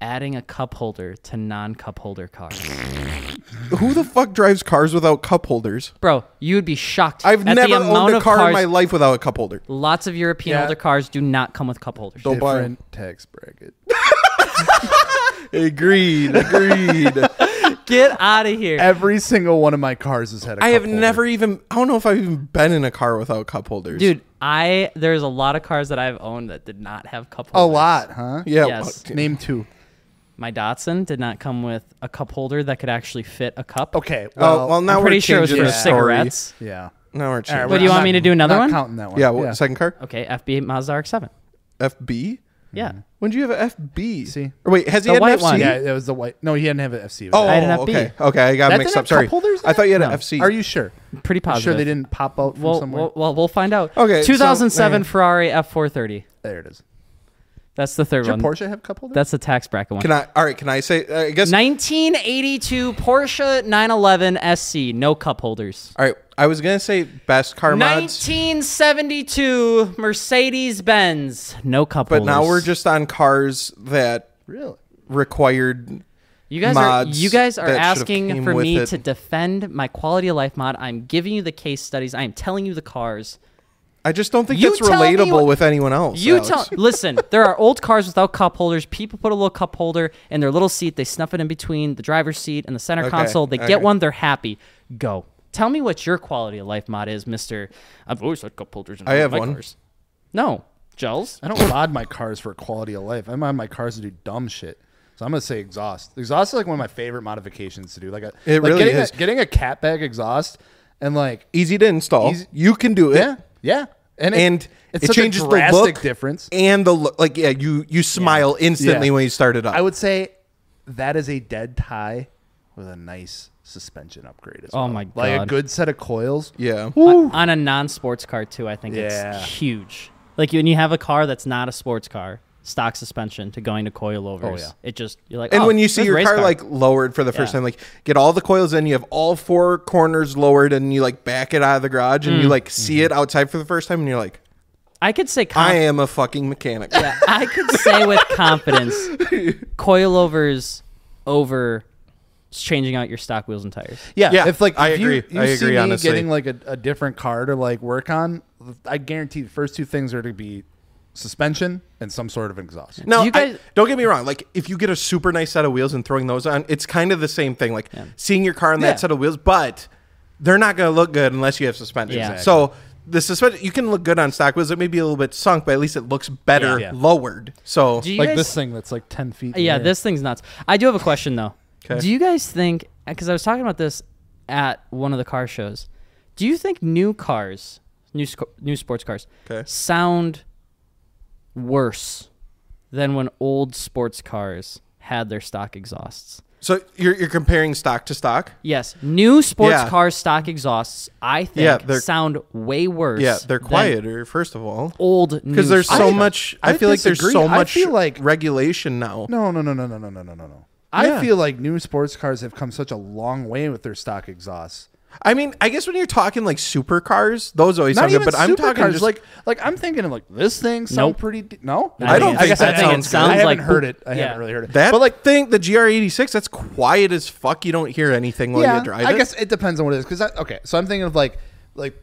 Speaker 1: Adding a cup holder to non-cup holder cars.
Speaker 3: Who the fuck drives cars without cup holders?
Speaker 1: Bro, you would be shocked.
Speaker 3: I've
Speaker 1: at
Speaker 3: never
Speaker 1: the amount
Speaker 3: owned a
Speaker 1: of
Speaker 3: car
Speaker 1: cars,
Speaker 3: in my life without a cup holder.
Speaker 1: Lots of European
Speaker 4: Yeah.
Speaker 1: older cars do not come with cup holders.
Speaker 3: Don't buy 'em.
Speaker 4: Different tax bracket.
Speaker 3: Agreed. Agreed.
Speaker 1: Get out of here.
Speaker 4: Every single one of my cars has had. a
Speaker 3: I have
Speaker 4: cup holder.
Speaker 3: never even. I don't know if I've even been in a car without cup holders,
Speaker 1: Dude, I there's a lot of cars that I've owned that did not have cup
Speaker 4: A
Speaker 3: Oh.
Speaker 1: holders.
Speaker 4: lot, huh?
Speaker 3: Yeah.
Speaker 1: Yes.
Speaker 3: well, uh,
Speaker 4: Name two.
Speaker 1: My Datsun did not come with a cup holder that could actually fit a cup.
Speaker 4: Okay.
Speaker 3: Well,
Speaker 4: Well,
Speaker 3: well, now
Speaker 1: I'm
Speaker 3: we're
Speaker 1: pretty sure it was
Speaker 3: changing
Speaker 1: for
Speaker 3: the story.
Speaker 1: cigarettes.
Speaker 4: yeah.
Speaker 3: Now we're
Speaker 4: All right,
Speaker 3: changing.
Speaker 4: we're
Speaker 1: do you want
Speaker 4: not-
Speaker 1: me to do another
Speaker 4: not
Speaker 1: one?
Speaker 4: Counting that one.
Speaker 3: yeah, what, Second car.
Speaker 1: Okay, FB8 Mazda RX-7.
Speaker 3: FB.
Speaker 1: Yeah.
Speaker 3: When do you have a FB?
Speaker 4: See?
Speaker 3: Or wait, has he
Speaker 1: The
Speaker 3: had
Speaker 1: white
Speaker 3: an FC?
Speaker 1: one.
Speaker 4: Yeah, that was the white. No, he didn't have an FC.
Speaker 3: Oh,
Speaker 1: I had an
Speaker 3: okay.
Speaker 1: FB.
Speaker 3: Okay, I got
Speaker 4: That
Speaker 3: mixed
Speaker 4: didn't
Speaker 3: up.
Speaker 4: have
Speaker 3: Sorry.
Speaker 4: cup holders in
Speaker 3: I thought you had
Speaker 1: No.
Speaker 3: an FC.
Speaker 4: Are you sure?
Speaker 1: Pretty
Speaker 4: You
Speaker 1: positive.
Speaker 4: Sure, they didn't pop out from
Speaker 1: Well,
Speaker 4: somewhere.
Speaker 1: well, well, we'll find out.
Speaker 3: Okay, so-
Speaker 1: 2007
Speaker 3: yeah.
Speaker 1: Ferrari F430.
Speaker 4: there it is.
Speaker 1: That's the third
Speaker 4: Did your
Speaker 1: one.
Speaker 4: Porsche have cup holders?
Speaker 1: That's the tax bracket one.
Speaker 3: Can I? All right. Can I say? uh, I guess.
Speaker 1: 1982 Porsche 911 SC, no cup holders.
Speaker 3: all right. I was gonna say best car mods,
Speaker 1: 1972 Mercedes Benz, no cup
Speaker 3: but
Speaker 1: holders.
Speaker 3: now we're just on cars that
Speaker 4: really.
Speaker 3: required.
Speaker 1: you guys
Speaker 3: mods
Speaker 1: are you guys are
Speaker 3: that should've
Speaker 1: asking
Speaker 3: came
Speaker 1: for
Speaker 3: with
Speaker 1: me
Speaker 3: it.
Speaker 1: to defend my quality of life mod. I'm giving you the case studies. I am telling you the cars.
Speaker 3: I just don't think
Speaker 1: You
Speaker 3: that's
Speaker 1: tell me
Speaker 3: relatable
Speaker 1: what-
Speaker 3: with anyone else.
Speaker 1: You
Speaker 3: Alex.
Speaker 1: tell listen, there are old cars without cup holders. People put a little cup holder in their little seat. They snuff it in between the driver's seat and the center
Speaker 3: Okay,
Speaker 1: console. They
Speaker 3: okay.
Speaker 1: get one, they're happy. Go. Tell me what your quality of life mod is, Mister. I've always had cup holders. In
Speaker 3: I
Speaker 1: all
Speaker 3: have
Speaker 1: my
Speaker 3: one.
Speaker 1: Cars. No gels.
Speaker 4: I don't mod my cars for quality of life. I mod my cars to do dumb shit. So I'm gonna say exhaust. Exhaust is like one of my favorite modifications to do. Like, a,
Speaker 3: It
Speaker 4: like
Speaker 3: really
Speaker 4: getting
Speaker 3: is.
Speaker 4: A, getting a cat bag exhaust and like
Speaker 3: Easy to install.
Speaker 4: Easy-
Speaker 3: You can do it.
Speaker 4: yeah, yeah, and
Speaker 3: And
Speaker 4: it's
Speaker 3: it
Speaker 4: such
Speaker 3: changes
Speaker 4: a
Speaker 3: the
Speaker 4: drastic
Speaker 3: look
Speaker 4: difference.
Speaker 3: And the look, like yeah, you you smile instantly
Speaker 4: Yeah.
Speaker 3: when you start it up.
Speaker 4: I would say that is a dead tie with a nice suspension upgrade as
Speaker 1: Oh
Speaker 4: well.
Speaker 1: my
Speaker 4: Like a
Speaker 1: God.
Speaker 4: good set of coils.
Speaker 3: Yeah.
Speaker 1: On, on a non-sports car too, I think
Speaker 4: Yeah.
Speaker 1: it's huge. Like when you have a car that's not a sports car, stock suspension to going to coilovers.
Speaker 4: yeah.
Speaker 1: It just you're like.
Speaker 3: Oh, And
Speaker 1: oh,
Speaker 3: when you see
Speaker 1: this
Speaker 3: your
Speaker 1: race
Speaker 3: car, like lowered for the first
Speaker 1: Yeah.
Speaker 3: time, like get all the coils in, you have all four corners lowered, and you like back it out of the garage, and you like see it outside for the first time, and you're like,
Speaker 1: I could say conf-
Speaker 3: I am a fucking mechanic.
Speaker 1: Yeah, I could say with confidence, coilovers over changing out your stock wheels and tires.
Speaker 4: Yeah,
Speaker 3: Yeah,
Speaker 4: If like
Speaker 3: I
Speaker 4: if you,
Speaker 3: agree.
Speaker 4: you
Speaker 3: I
Speaker 4: see
Speaker 3: agree,
Speaker 4: me
Speaker 3: honestly.
Speaker 4: getting like a, a different car to like work on, I guarantee the first two things are to be suspension and some sort of exhaust.
Speaker 3: Now,
Speaker 1: You
Speaker 3: I-
Speaker 1: guys-
Speaker 3: don't get me wrong. Like, if you get a super nice set of wheels and throwing those on, it's kind of the same thing. Like seeing your car on that
Speaker 1: Yeah.
Speaker 3: set of wheels, but they're not going to look good unless you have suspension.
Speaker 1: Yeah. Exactly.
Speaker 3: So the suspension, you can look good on stock wheels. It may be a little bit sunk, but at least it looks better
Speaker 4: Yeah. Yeah.
Speaker 3: lowered. So
Speaker 1: Do you
Speaker 4: Like
Speaker 1: guys-
Speaker 4: this thing that's like ten feet. in
Speaker 1: Yeah,
Speaker 4: the air.
Speaker 1: this thing's nuts. I do have a question though.
Speaker 3: 'Kay.
Speaker 1: Do you guys think? Because I was talking about this at one of the car shows. Do you think new cars, new sc- new sports cars,
Speaker 3: 'Kay.
Speaker 1: sound worse than when old sports cars had their stock exhausts?
Speaker 3: so you're you're comparing stock to stock.
Speaker 1: Yes, new sports
Speaker 3: Yeah.
Speaker 1: car stock exhausts. I think
Speaker 3: Yeah, they're-
Speaker 1: sound way worse.
Speaker 3: Yeah, they're
Speaker 1: than
Speaker 3: quieter. First of all,
Speaker 1: Old
Speaker 3: because
Speaker 1: news.
Speaker 3: there's so
Speaker 4: Oh, I-
Speaker 3: much. I,
Speaker 4: I
Speaker 3: feel like there's
Speaker 4: disagree.
Speaker 3: so
Speaker 4: I
Speaker 3: much
Speaker 4: feel like-
Speaker 3: regulation now.
Speaker 4: No, no, no, no, no, no, no, no, no, no. I
Speaker 3: Yeah.
Speaker 4: feel like new sports cars have come such a long way with their stock exhausts.
Speaker 3: I mean, I guess when you're talking like supercars, those always
Speaker 4: Not
Speaker 3: sound
Speaker 4: even
Speaker 3: good. But I'm talking
Speaker 4: supercars.
Speaker 3: just
Speaker 4: like, like I'm thinking of like this thing sound
Speaker 1: Nope.
Speaker 4: pretty. De- no,
Speaker 1: I
Speaker 3: don't think that sounds
Speaker 1: good.
Speaker 4: I haven't
Speaker 1: Sounds like-
Speaker 4: heard it. I
Speaker 1: Yeah.
Speaker 4: haven't really heard it.
Speaker 3: That
Speaker 4: but like
Speaker 3: thing, the GR86, that's quiet as fuck. You don't hear anything while
Speaker 4: yeah,
Speaker 3: you drive
Speaker 4: I
Speaker 3: it.
Speaker 4: guess it depends on what it is. Because okay, so I'm thinking of like like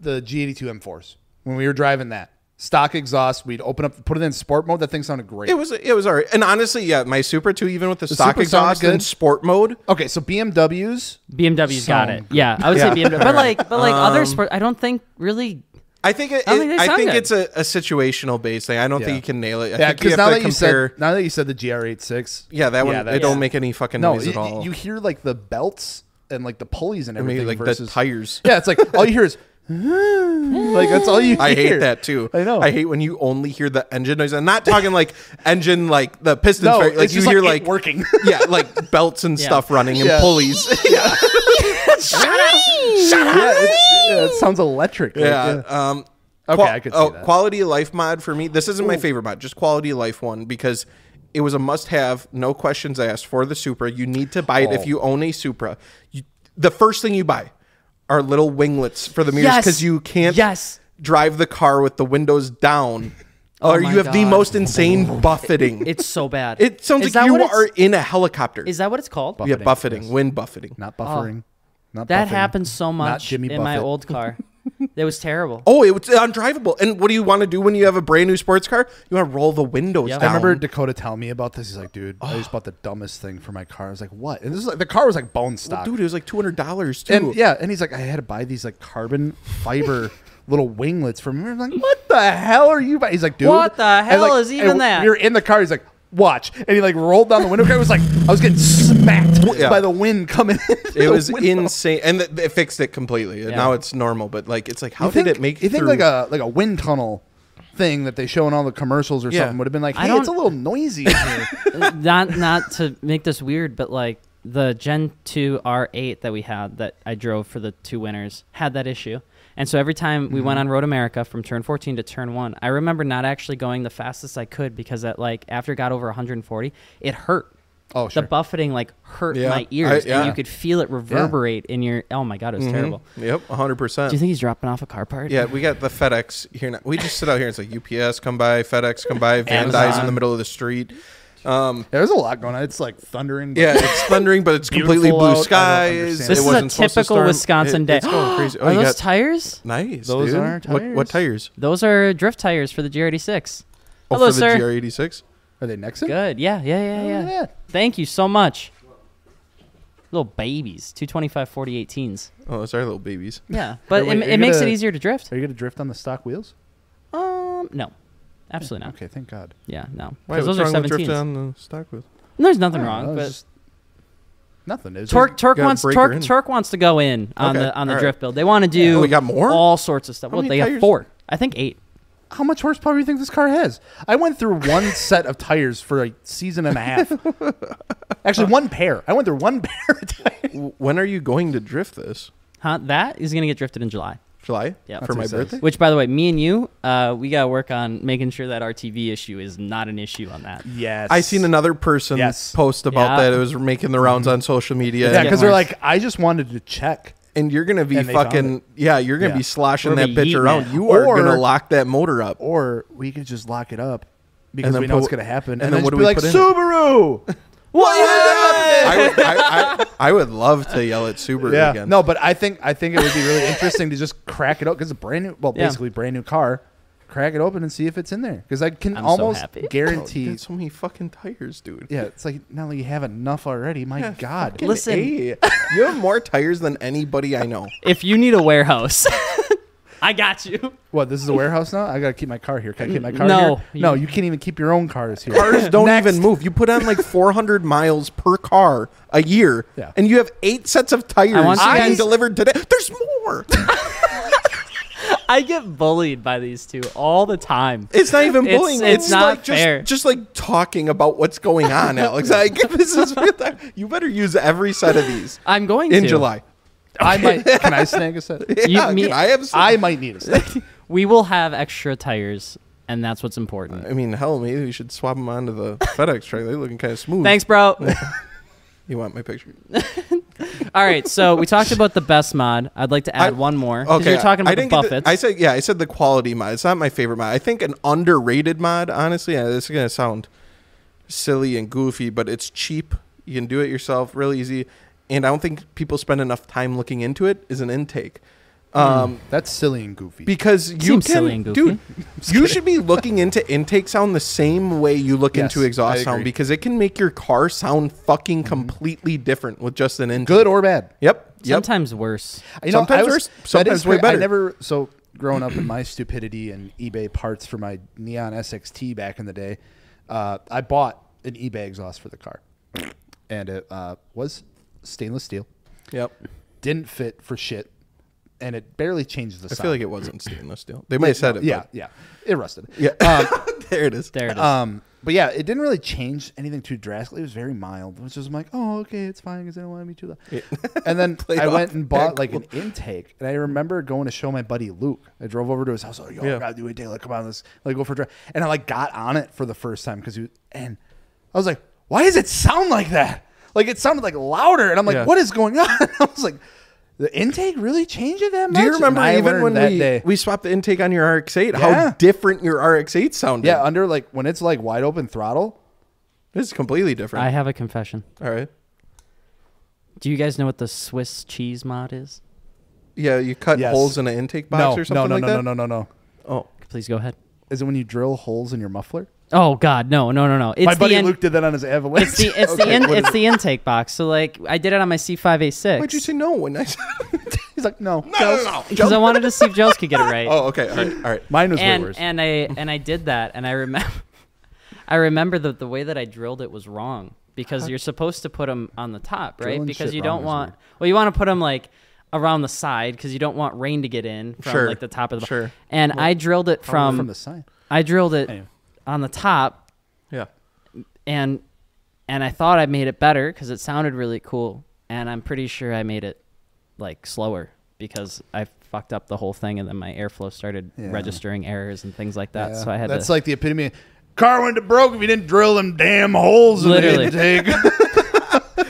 Speaker 4: the G82 M4s when we were driving that stock exhaust. We'd open up, put it in sport mode. That thing sounded great.
Speaker 3: it was it was alright. And honestly, yeah, my Super 2, even with the, stock
Speaker 4: Super sounded
Speaker 3: exhaust and
Speaker 4: good.
Speaker 3: sport mode,
Speaker 4: okay, so BMWs.
Speaker 1: BMW's got
Speaker 4: Sound
Speaker 1: it. Yeah, I would
Speaker 3: Yeah. Um,
Speaker 1: say BMW. But like, but like other sports, I don't think really.
Speaker 3: I think it,
Speaker 1: I think they
Speaker 3: I
Speaker 1: sound
Speaker 3: think
Speaker 1: good.
Speaker 3: it's a, a situational base thing. I don't
Speaker 4: Yeah.
Speaker 3: think you can nail it. I
Speaker 4: Yeah,
Speaker 3: think you
Speaker 4: because
Speaker 3: have
Speaker 4: now
Speaker 3: to
Speaker 4: that you
Speaker 3: compare.
Speaker 4: said now that you said the GR86,
Speaker 3: yeah, that one it
Speaker 4: that's-
Speaker 3: don't make any fucking
Speaker 4: no,
Speaker 3: noise
Speaker 4: you,
Speaker 3: at all.
Speaker 4: you hear like the belts and like the pulleys and
Speaker 3: I mean,
Speaker 4: everything
Speaker 3: like
Speaker 4: versus
Speaker 3: the tires.
Speaker 4: Yeah, it's like all you hear is like that's all you.
Speaker 3: I hate
Speaker 4: hear.
Speaker 3: that too.
Speaker 4: I know.
Speaker 3: I hate when you only hear the engine noise. I'm not talking like engine, like the piston.
Speaker 4: No,
Speaker 3: like
Speaker 4: it's
Speaker 3: you
Speaker 4: just
Speaker 3: hear
Speaker 4: like it
Speaker 3: like
Speaker 4: working.
Speaker 3: yeah, like belts and stuff running and
Speaker 4: Yeah.
Speaker 3: pulleys. yeah,
Speaker 4: yeah, it's, yeah, it sounds electric. like,
Speaker 3: yeah. Um,
Speaker 4: Okay,
Speaker 3: qua-
Speaker 4: I could see
Speaker 3: oh,
Speaker 4: that.
Speaker 3: quality of life mod for me. This isn't my favorite mod. Just quality of life one because it was a must-have, no questions asked for the Supra. You need to buy it
Speaker 1: Oh.
Speaker 3: if you own a Supra. You, the first thing you buy are little winglets for the mirrors
Speaker 1: Yes.
Speaker 3: because you can't
Speaker 1: Yes. Oh
Speaker 3: drive the car with the windows down. or
Speaker 1: my
Speaker 3: you have the
Speaker 1: God.
Speaker 3: most insane buffeting.
Speaker 1: It's so bad.
Speaker 3: It sounds
Speaker 1: Is
Speaker 3: like
Speaker 1: that
Speaker 3: you
Speaker 1: what it's-
Speaker 3: are in a helicopter.
Speaker 1: Is that what it's called?
Speaker 3: yeah, buffeting, wind buffeting.
Speaker 4: Not buffering. Not
Speaker 1: Oh. That
Speaker 4: buffering.
Speaker 1: happened so much in
Speaker 4: Jimmy
Speaker 1: my
Speaker 4: Buffett.
Speaker 1: old car. It was terrible.
Speaker 3: Oh, it was undrivable. And what do you want to do when you have a brand new sports car? You want to roll the windows
Speaker 1: Yep.
Speaker 3: down.
Speaker 4: I remember Dakota telling me about this. He's like, dude, I just bought the dumbest thing for my car. I was like, what? And this is like the car was like bone stock.
Speaker 3: dude, it was like two hundred dollars too.
Speaker 4: and yeah, and he's like, I had to buy these like carbon fiber little winglets from him. I'm like, what the hell are you buying? He's like, dude,
Speaker 1: What the
Speaker 4: and,
Speaker 1: hell
Speaker 4: like,
Speaker 1: is even
Speaker 4: and
Speaker 1: that?
Speaker 4: You're in the car. He's like, watch, and he like rolled down the window. I was like, I was getting smacked
Speaker 3: Yeah.
Speaker 4: by the wind coming. in
Speaker 3: it
Speaker 4: the
Speaker 3: was
Speaker 4: window.
Speaker 3: insane, and th- it fixed it completely. And
Speaker 1: Yeah.
Speaker 3: Now it's normal, but like it's like how
Speaker 4: You think,
Speaker 3: did it make?
Speaker 4: You think
Speaker 3: through-
Speaker 4: like a like a wind tunnel thing that they show in all the commercials or
Speaker 3: Yeah.
Speaker 4: something would have been like,
Speaker 1: I
Speaker 4: hey,
Speaker 1: don't-
Speaker 4: it's a little noisy in here.
Speaker 1: not not to make this weird, but like the Gen 2 R8 that we had that I drove for the two winners had that issue. And so every time we
Speaker 3: Mm-hmm.
Speaker 1: went on Road America from turn 14 to turn 1, I remember not actually going the fastest I could because at like after it got over 140, it hurt.
Speaker 4: Oh, sure.
Speaker 1: The buffeting like hurt
Speaker 3: Yeah.
Speaker 1: my ears
Speaker 3: I- yeah.
Speaker 1: and you could feel it reverberate in your Oh my god, it was terrible.
Speaker 3: Yep, hundred
Speaker 1: Do you
Speaker 3: percent.
Speaker 1: think he's dropping off a car part?
Speaker 3: Yeah, we got the FedEx here now. We just sit out here. It's like UPS come by, FedEx come by, Van Dyes in the middle of the street.
Speaker 4: There's a lot going on. It's like thundering.
Speaker 3: Yeah, it's thundering, but it's completely
Speaker 4: Beautiful out.
Speaker 3: blue
Speaker 4: I don't
Speaker 3: skies.
Speaker 4: understand.
Speaker 1: This
Speaker 3: It
Speaker 1: is a
Speaker 3: wasn't supposed to
Speaker 1: typical
Speaker 3: storm.
Speaker 1: Wisconsin
Speaker 3: It-
Speaker 1: day.
Speaker 3: It's going crazy. Oh,
Speaker 1: are
Speaker 3: you
Speaker 1: those
Speaker 3: got
Speaker 1: tires?
Speaker 3: nice.
Speaker 4: Those
Speaker 3: dude.
Speaker 4: are
Speaker 3: What, what
Speaker 4: tires.
Speaker 3: tires?
Speaker 1: Those are drift tires for the GR86.
Speaker 3: Oh,
Speaker 1: Hello,
Speaker 3: for the
Speaker 1: sir.
Speaker 3: GR86.
Speaker 4: Are they Nexon?
Speaker 1: Good. Yeah, yeah, yeah, yeah.
Speaker 4: Look at that.
Speaker 1: Thank you so much. Little babies, 225 4018s.
Speaker 3: Oh, those are little babies.
Speaker 1: Yeah, but
Speaker 4: wait,
Speaker 1: it,
Speaker 4: you're
Speaker 1: it makes it
Speaker 4: gonna-
Speaker 1: easier to drift.
Speaker 4: Are you going to drift on the stock wheels?
Speaker 1: Um, no, absolutely not.
Speaker 4: Okay, thank God.
Speaker 1: Yeah, no,
Speaker 3: Why,
Speaker 1: because
Speaker 3: what's
Speaker 1: those are
Speaker 3: wrong with
Speaker 1: 17s.
Speaker 3: drifting on the stock wheel?
Speaker 1: And There's nothing
Speaker 4: I
Speaker 1: wrong,
Speaker 4: was
Speaker 1: but
Speaker 4: just- nothing. It was
Speaker 1: Torque Torque
Speaker 3: gotta
Speaker 1: wants
Speaker 3: break her
Speaker 1: Torque
Speaker 3: in.
Speaker 1: Torque wants to go in on
Speaker 3: Okay,
Speaker 1: the on the
Speaker 3: all right.
Speaker 1: drift build. They want to do
Speaker 3: Oh, we got more?
Speaker 1: all sorts of stuff. well,
Speaker 3: many
Speaker 1: they have
Speaker 3: tires?
Speaker 1: four. I think eight.
Speaker 4: Like, how much horsepower do you think this car has? I went through one set of tires for a season and a half. Actually, one pair. I went through one pair of tires.
Speaker 3: W- When are you going to drift this?
Speaker 1: Huh? That is gonna get drifted in July.
Speaker 3: July?
Speaker 1: Yeah.
Speaker 3: For
Speaker 1: That's what
Speaker 3: my
Speaker 4: he says.
Speaker 3: birthday?
Speaker 1: Which, by the way, me and you, uh, we gotta work on making sure that our TV issue is not an issue on that.
Speaker 4: Yes.
Speaker 3: I seen another person
Speaker 4: Yes. Mm-hmm.
Speaker 3: post about
Speaker 1: Yeah.
Speaker 3: that. It was making the rounds on social media.
Speaker 4: Yeah,
Speaker 3: and-
Speaker 4: because they're
Speaker 1: Mark.
Speaker 4: like, I just wanted to check.
Speaker 3: and you're gonna be
Speaker 4: And they found
Speaker 3: fucking
Speaker 4: it.
Speaker 3: yeah, you're gonna
Speaker 4: Yeah.
Speaker 3: be sloshing
Speaker 1: We're
Speaker 3: that
Speaker 1: gonna
Speaker 3: bitch
Speaker 1: yeet
Speaker 3: around.
Speaker 1: it.
Speaker 3: You are
Speaker 4: Or-
Speaker 3: gonna lock that motor up.
Speaker 4: Or we could just lock it up because
Speaker 3: then
Speaker 4: we know
Speaker 3: put-
Speaker 4: what's going to happen.
Speaker 3: and
Speaker 4: And,
Speaker 3: then
Speaker 4: then,
Speaker 3: what do
Speaker 4: just be
Speaker 3: we
Speaker 4: like,
Speaker 3: put in?
Speaker 4: Subaru!
Speaker 3: I would, I, I, I would love to yell at Subaru
Speaker 4: Yeah.
Speaker 3: again.
Speaker 4: No, but I think I think it would be really interesting to just crack it open because a brand new, well,
Speaker 1: Yeah.
Speaker 4: basically brand new car. Crack it open and see if it's in there because I can
Speaker 1: I'm so
Speaker 4: almost
Speaker 1: happy.
Speaker 3: Oh, you
Speaker 4: guarantee.
Speaker 3: got so many fucking tires, dude.
Speaker 4: yeah, it's like now that you have enough already. My God,
Speaker 3: Fucking
Speaker 1: Listen.
Speaker 3: A. you have more tires than anybody I know.
Speaker 1: if you need a warehouse, I got you.
Speaker 4: what this is a warehouse now? I gotta keep my car here. Can I keep my car
Speaker 1: No.
Speaker 4: here? No, you can't even keep your own cars here.
Speaker 3: Cars don't even move. You put on like 400 miles per car a year,
Speaker 4: Yeah.
Speaker 3: and you have eight sets of tires
Speaker 1: want you
Speaker 3: being
Speaker 1: guys-
Speaker 3: delivered today. There's more.
Speaker 1: I get bullied by these two all the time.
Speaker 3: It's not even
Speaker 1: It's-
Speaker 3: bullying.
Speaker 1: it's not
Speaker 3: like
Speaker 1: fair.
Speaker 3: Just, just like talking about what's going on, Alex. Like this is you better use every set of these
Speaker 1: I'm going
Speaker 3: in
Speaker 1: to.
Speaker 3: July.
Speaker 4: I might. Can I snag a set?
Speaker 3: Yeah,
Speaker 1: me-
Speaker 3: can I have. Some,
Speaker 4: I
Speaker 3: I,
Speaker 4: might need a set.
Speaker 1: We will have extra tires, and that's what's important.
Speaker 3: mean, hell, maybe we should swap them onto the FedEx truck. They're looking kind of smooth.
Speaker 1: Thanks, bro. all
Speaker 3: You want my picture?
Speaker 1: right, so we talked about the best mod. I'd like to add one more. 'cause you're talking about
Speaker 3: I
Speaker 1: the
Speaker 3: didn't get
Speaker 1: Buffets.
Speaker 3: I said yeah. I said the quality mod. It's not my favorite mod. I think an underrated mod. Honestly, yeah, this is gonna sound silly and goofy, but it's cheap. You can do it yourself, real easy. And I don't think people spend enough time looking into it. Is an intake. Um,
Speaker 4: That's silly and goofy.
Speaker 3: because you
Speaker 1: Seems
Speaker 3: can,
Speaker 1: silly and goofy.
Speaker 3: dude. You should be looking into intake sound the same way you look
Speaker 4: Yes,
Speaker 3: into
Speaker 4: I
Speaker 3: exhaust sound
Speaker 4: agree.
Speaker 3: because it can make your car sound fucking
Speaker 1: Mm-hmm.
Speaker 3: completely different with just an intake.
Speaker 4: Good or bad.
Speaker 3: Yep. Yep.
Speaker 1: Sometimes worse.
Speaker 4: You know,
Speaker 3: Sometimes
Speaker 4: I was-
Speaker 3: worse,
Speaker 4: that is
Speaker 3: sometimes way
Speaker 4: cra-
Speaker 3: better.
Speaker 4: I never so growing up in my stupidity and eBay parts for my neon SXT back in the day, uh, I bought an eBay exhaust for the car, and it uh, was stainless steel.
Speaker 3: Yep.
Speaker 4: Didn't fit for shit, and it barely changed the
Speaker 3: I
Speaker 4: sun.
Speaker 3: feel like it wasn't stainless steel. They might have said it.
Speaker 4: yeah,
Speaker 3: but-
Speaker 4: yeah, it rusted.
Speaker 3: yeah. there it is.
Speaker 7: There it is.
Speaker 4: Um, but yeah, it didn't really change anything too drastically. It was very mild, which was like, oh, okay, it's fine because I don't want to be too loud. And then I
Speaker 3: off
Speaker 4: went and bought
Speaker 3: that
Speaker 4: like an intake, and I remember going to show my buddy Luke. I drove over to his house. I was like, yo,
Speaker 3: Yeah.
Speaker 4: I gotta do a day. Like, come on, let's like go for a drive. And I like got on it for the first time because he was, and I was like, why does it sound like that? Like it sounded like louder, and I'm like,
Speaker 3: Yeah.
Speaker 4: what is going on? I was like, the intake really changed it that much.
Speaker 3: Do you remember
Speaker 4: And I
Speaker 3: even
Speaker 4: learned
Speaker 3: when
Speaker 4: that
Speaker 3: we,
Speaker 4: day?
Speaker 3: we swapped the intake on your RX-8,
Speaker 4: Yeah.
Speaker 3: how different your RX-8 sounded?
Speaker 4: yeah, uh, under like when it's like wide open throttle,
Speaker 3: it's completely different.
Speaker 1: I have a confession.
Speaker 3: All right.
Speaker 1: Do you guys know what the Swiss cheese mod is?
Speaker 3: Yeah, you cut
Speaker 4: Yes.
Speaker 3: holes in an intake box
Speaker 4: no,
Speaker 3: or something
Speaker 4: no, no,
Speaker 3: like
Speaker 4: no,
Speaker 3: that.
Speaker 4: no, no, no, no.
Speaker 3: Oh,
Speaker 1: Please go ahead.
Speaker 4: Is it when you drill holes in your muffler?
Speaker 1: Oh God, no, no, no, no. It's
Speaker 4: My buddy
Speaker 1: the in-
Speaker 4: Luke did that on his avalanche.
Speaker 1: It's the it's the in- it's the intake box. So like I did it on my C5A6.
Speaker 3: why'd you say no when I said
Speaker 4: He's like, no,
Speaker 8: No, no, no.
Speaker 1: Because I wanted to see if Joe's could get it right.
Speaker 3: Oh, okay. All right. All right.
Speaker 4: mine was way
Speaker 1: and
Speaker 4: worse.
Speaker 1: and I and I did that, and I remember, I remember that the way that I drilled it was wrong because you're supposed to put them on the top, right?
Speaker 4: Uh-huh. Drilling
Speaker 1: because
Speaker 4: shit
Speaker 1: you
Speaker 4: wrong
Speaker 1: don't
Speaker 4: is
Speaker 1: want well, you want to put them like around the side because you don't want rain to get in from
Speaker 3: Sure.
Speaker 1: like the top of the
Speaker 3: Sure.
Speaker 1: And I drilled it from,
Speaker 4: from the side.
Speaker 1: I drilled it
Speaker 4: Anyway.
Speaker 1: on the top,
Speaker 3: Yeah.
Speaker 1: and and I thought I made it better because it sounded really cool, and I'm pretty sure I made it like slower because I fucked up the whole thing, and then my airflow started
Speaker 4: Yeah.
Speaker 1: registering errors and things like that.
Speaker 4: Yeah.
Speaker 1: So I had
Speaker 4: That's
Speaker 1: to.
Speaker 4: like the epitome. Of, Car went to broke if you didn't drill them damn holes
Speaker 1: Literally.
Speaker 4: in the intake.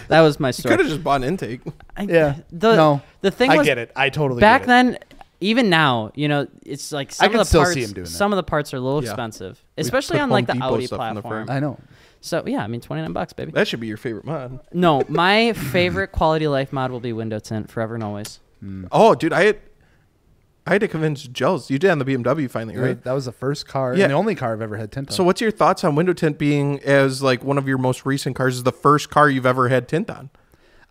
Speaker 1: that was my story.
Speaker 3: Could have just bought an intake.
Speaker 1: I,
Speaker 4: yeah.
Speaker 1: The,
Speaker 4: No.
Speaker 1: The thing
Speaker 4: I
Speaker 1: was,
Speaker 4: get it. I totally
Speaker 1: back
Speaker 4: get it.
Speaker 1: then, even now, you know, it's like some of
Speaker 4: can
Speaker 1: the
Speaker 4: still see
Speaker 1: parts.
Speaker 4: him doing that.
Speaker 1: some of the parts are a little
Speaker 3: Yeah.
Speaker 1: expensive, especially
Speaker 3: put
Speaker 1: on like the
Speaker 3: Home Depot
Speaker 1: Audi
Speaker 3: stuff in the
Speaker 1: platform.
Speaker 3: front.
Speaker 4: I know.
Speaker 1: so yeah, I mean, twenty nine bucks, baby.
Speaker 3: That should be your favorite mod.
Speaker 1: No, my favorite quality of life mod will be window tint forever and always.
Speaker 3: Oh, dude, I had I had to convince Gels. You did on the BMW finally, right?
Speaker 4: That was the first car,
Speaker 3: Yeah.
Speaker 4: and the only car I've ever had tint on.
Speaker 3: So what's your thoughts on window tint being as like one of your most recent cars is the first car you've ever had tint on?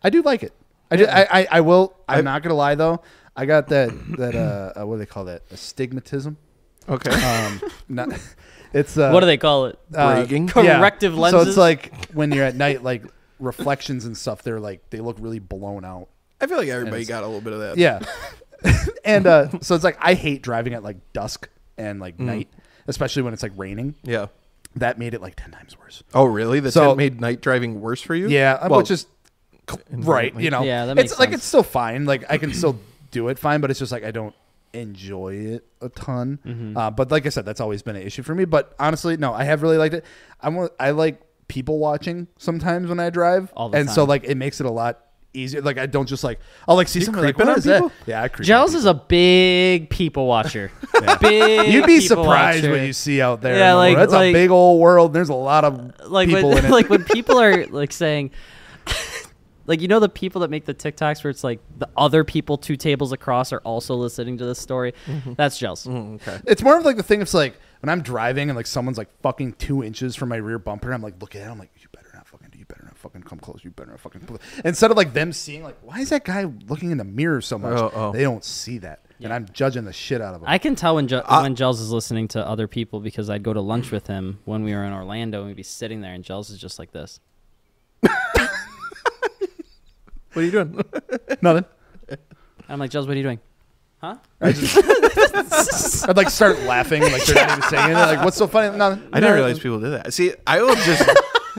Speaker 4: I do like it. I do. I, I, I will. I'm not gonna lie though. I got that that uh, uh what do they call that? Astigmatism.
Speaker 3: Okay.
Speaker 4: Um, not. It's uh,
Speaker 1: What do they call it?
Speaker 3: Rigging?
Speaker 4: yeah.
Speaker 1: corrective
Speaker 4: So
Speaker 1: lenses?
Speaker 4: it's like when you're at night, like reflections and stuff. They're like they look really blown out.
Speaker 3: I feel like everybody
Speaker 4: it's-
Speaker 3: got a little bit of that.
Speaker 4: Yeah, and uh, so it's like I hate driving at like dusk and like night, especially when it's like raining.
Speaker 3: Yeah.
Speaker 4: That made it like ten times worse.
Speaker 3: Oh, really? The
Speaker 4: So-
Speaker 3: tint made night driving worse for you?
Speaker 4: Yeah, uh,
Speaker 3: Well,
Speaker 4: which is right. You know,
Speaker 1: Yeah, that
Speaker 4: it's
Speaker 1: makes
Speaker 4: like
Speaker 1: sense.
Speaker 4: it's still fine. Like I can still do it fine, but it's just like I don't enjoy it a ton.
Speaker 1: Mm-hmm.
Speaker 4: Uh, but like I said, that's always been an issue for me. But honestly, no, I have really liked it. I'm one- I like people watching sometimes when I drive,
Speaker 1: All the
Speaker 4: and so
Speaker 1: time.
Speaker 4: like it makes it a lot easier. Like I don't just like I'll like see something like
Speaker 3: creeping
Speaker 4: what
Speaker 3: on
Speaker 4: is that?
Speaker 3: people?
Speaker 4: Yeah, I creep. on
Speaker 1: Gels is a big people watcher. Big.
Speaker 4: people. You'd be
Speaker 1: people
Speaker 4: surprised
Speaker 1: watcher.
Speaker 4: what you see out there.
Speaker 1: Yeah,
Speaker 4: Yeah, like
Speaker 1: like-
Speaker 4: that's a
Speaker 1: like-
Speaker 4: big old world. There's a lot of
Speaker 1: like
Speaker 4: people
Speaker 1: when,
Speaker 4: in it.
Speaker 1: like when people are like saying like you know the people that make the TikToks where it's like the other people two tables across are also listening to this story.
Speaker 4: Mm-hmm.
Speaker 1: That's jealous.
Speaker 3: Okay.
Speaker 4: It's more of like the thing. It's like when I'm driving and like someone's like fucking two inches from my rear bumper. I'm like looking at. It, I'm like, you better not fucking. You better not fucking come close. You better not fucking. Close. Instead of like them seeing like, why is that guy looking in the mirror so much?
Speaker 3: Oh, oh.
Speaker 4: They don't see that, and I'm judging the shit out of them.
Speaker 1: I can tell when Je-
Speaker 4: Uh,
Speaker 1: when Gels is listening to other people because I'd go to lunch with him when we were in Orlando and we'd be sitting there and Gels is just like this.
Speaker 3: What are you doing?
Speaker 4: Nothing.
Speaker 1: And I'm like, Gels, what are you doing?
Speaker 4: I'd like start laughing like they're not even saying it. Like, what's so funny? Nothing.
Speaker 3: I didn't realize people did that. See, I will just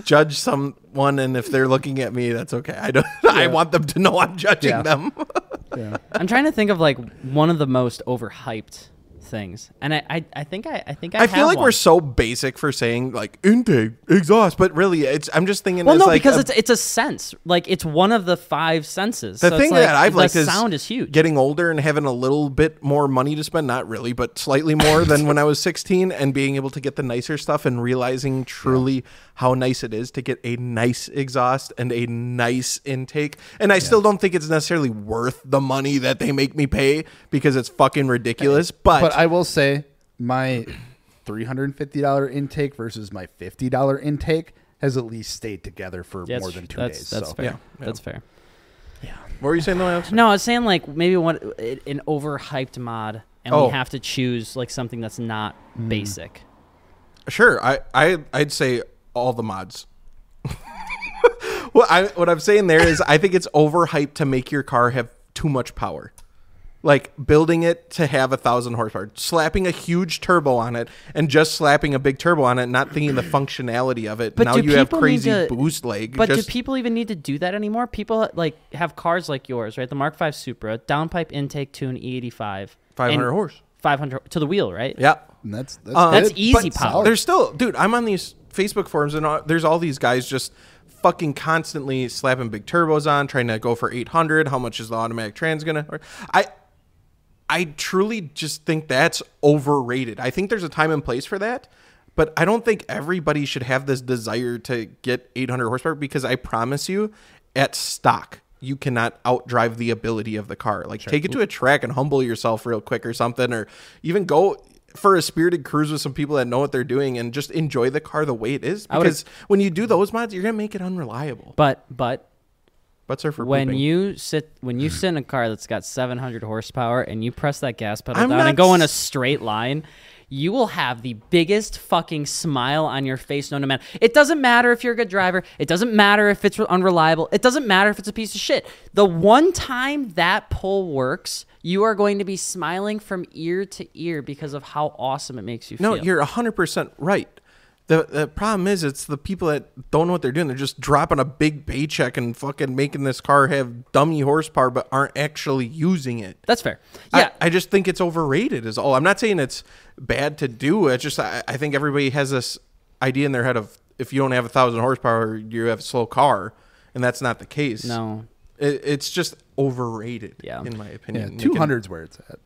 Speaker 3: judge someone, and if they're looking at me, that's okay. I don't. I want them to know I'm judging
Speaker 4: Yeah.
Speaker 3: them.
Speaker 1: I'm trying to think of like one of the most overhyped things. And I I, I think I I think I
Speaker 3: I feel
Speaker 1: have
Speaker 3: like
Speaker 1: one.
Speaker 3: we're so basic for saying like intake, exhaust, but really, it's. I'm just thinking.
Speaker 1: well,
Speaker 3: as
Speaker 1: no,
Speaker 3: like
Speaker 1: because
Speaker 3: a-
Speaker 1: it's it's a sense. Like it's one of the five senses.
Speaker 3: the
Speaker 1: So it's
Speaker 3: thing
Speaker 1: like,
Speaker 3: that I've
Speaker 1: the
Speaker 3: liked is
Speaker 1: sound is huge.
Speaker 3: Getting older and having a little bit more money to spend, not really, but slightly more than when I was 16, and being able to get the nicer stuff and realizing truly how nice it is to get a nice exhaust and a nice intake. And I still don't think it's necessarily worth the money that they make me pay because it's fucking ridiculous. But,
Speaker 4: But I will say my three hundred and fifty dollar intake versus my fifty dollar intake has at least stayed together for
Speaker 1: That's
Speaker 4: more
Speaker 1: tr-
Speaker 4: than two
Speaker 1: that's,
Speaker 4: days.
Speaker 1: That's
Speaker 4: so.
Speaker 1: fair.
Speaker 3: Yeah, yeah.
Speaker 1: That's fair.
Speaker 3: what were you saying though? Alex?
Speaker 1: No, I was saying like maybe one i- an overhyped mod, and
Speaker 3: Oh.
Speaker 1: we have to choose like something that's not basic.
Speaker 3: Sure, I, I I'd say all the mods. well, I, what I'm saying there is, I think it's overhyped to make your car have too much power. like building it to have a thousand horsepower, slapping a huge turbo on it, and just slapping a big turbo on it, not thinking the functionality of it.
Speaker 9: But
Speaker 3: now
Speaker 9: do
Speaker 3: you have
Speaker 9: people need
Speaker 3: crazy
Speaker 9: to-
Speaker 3: boost leg.
Speaker 9: But
Speaker 3: just,
Speaker 9: do people even need to do that anymore? People like have cars like yours, right? The Mark V Supra, downpipe intake tune
Speaker 1: E
Speaker 9: E85,
Speaker 3: 500
Speaker 9: and
Speaker 3: horse.
Speaker 9: 500 to the wheel, right?
Speaker 3: Yeah.
Speaker 4: And that's that's,
Speaker 3: Uh,
Speaker 9: That's
Speaker 4: good.
Speaker 9: easy
Speaker 4: But
Speaker 9: power.
Speaker 3: There's still, dude. I'm on these Facebook forums, and all, there's all these guys just fucking constantly slapping big turbos on, trying to go for 800. How much is the automatic trans gonna? Or, I, I truly just think that's overrated. I think there's a time and place for that, but I don't think everybody should have this desire to get 800 horsepower because I promise you, at stock. You cannot outdrive the ability of the car. Like, take it to a track and humble yourself real quick or something, or even go for a spirited cruise with some people that know what they're doing and just enjoy the car the way it is.
Speaker 9: would-
Speaker 3: Because when you do those mods, you're gonna make it unreliable.
Speaker 1: But but
Speaker 3: Butts are for
Speaker 1: when
Speaker 3: pooping. Mm-hmm.
Speaker 1: you sit when you sit in a car that's got 700 horsepower and you press that gas pedal
Speaker 3: I'm
Speaker 1: down
Speaker 3: not
Speaker 1: and go in a
Speaker 3: s-
Speaker 1: straight line you will have the biggest fucking smile on your face known to man it doesn't matter if you're a good driver it doesn't matter if it's unreliable it doesn't matter if it's a piece of shit the one time that pull works you are going to be smiling from ear to ear because of how awesome it makes you
Speaker 3: No,
Speaker 1: feel
Speaker 3: you're 100% right. The, the problem is, it's the people that don't know what they're doing. They're just dropping a big paycheck and fucking making this car have dummy horsepower, but aren't actually using it.
Speaker 1: that's fair
Speaker 3: I-
Speaker 1: yeah
Speaker 3: I, just think it's overrated, is all. I'm not saying it's bad to do. It's just, I, I think everybody has this idea in their head of if you don't have a thousand horsepower, you have a slow car. And that's not the case.
Speaker 1: No.
Speaker 3: It, it's just overrated,
Speaker 1: Yeah.
Speaker 3: in my
Speaker 4: Yeah,
Speaker 3: opinion. You can-
Speaker 4: 200's where it's at.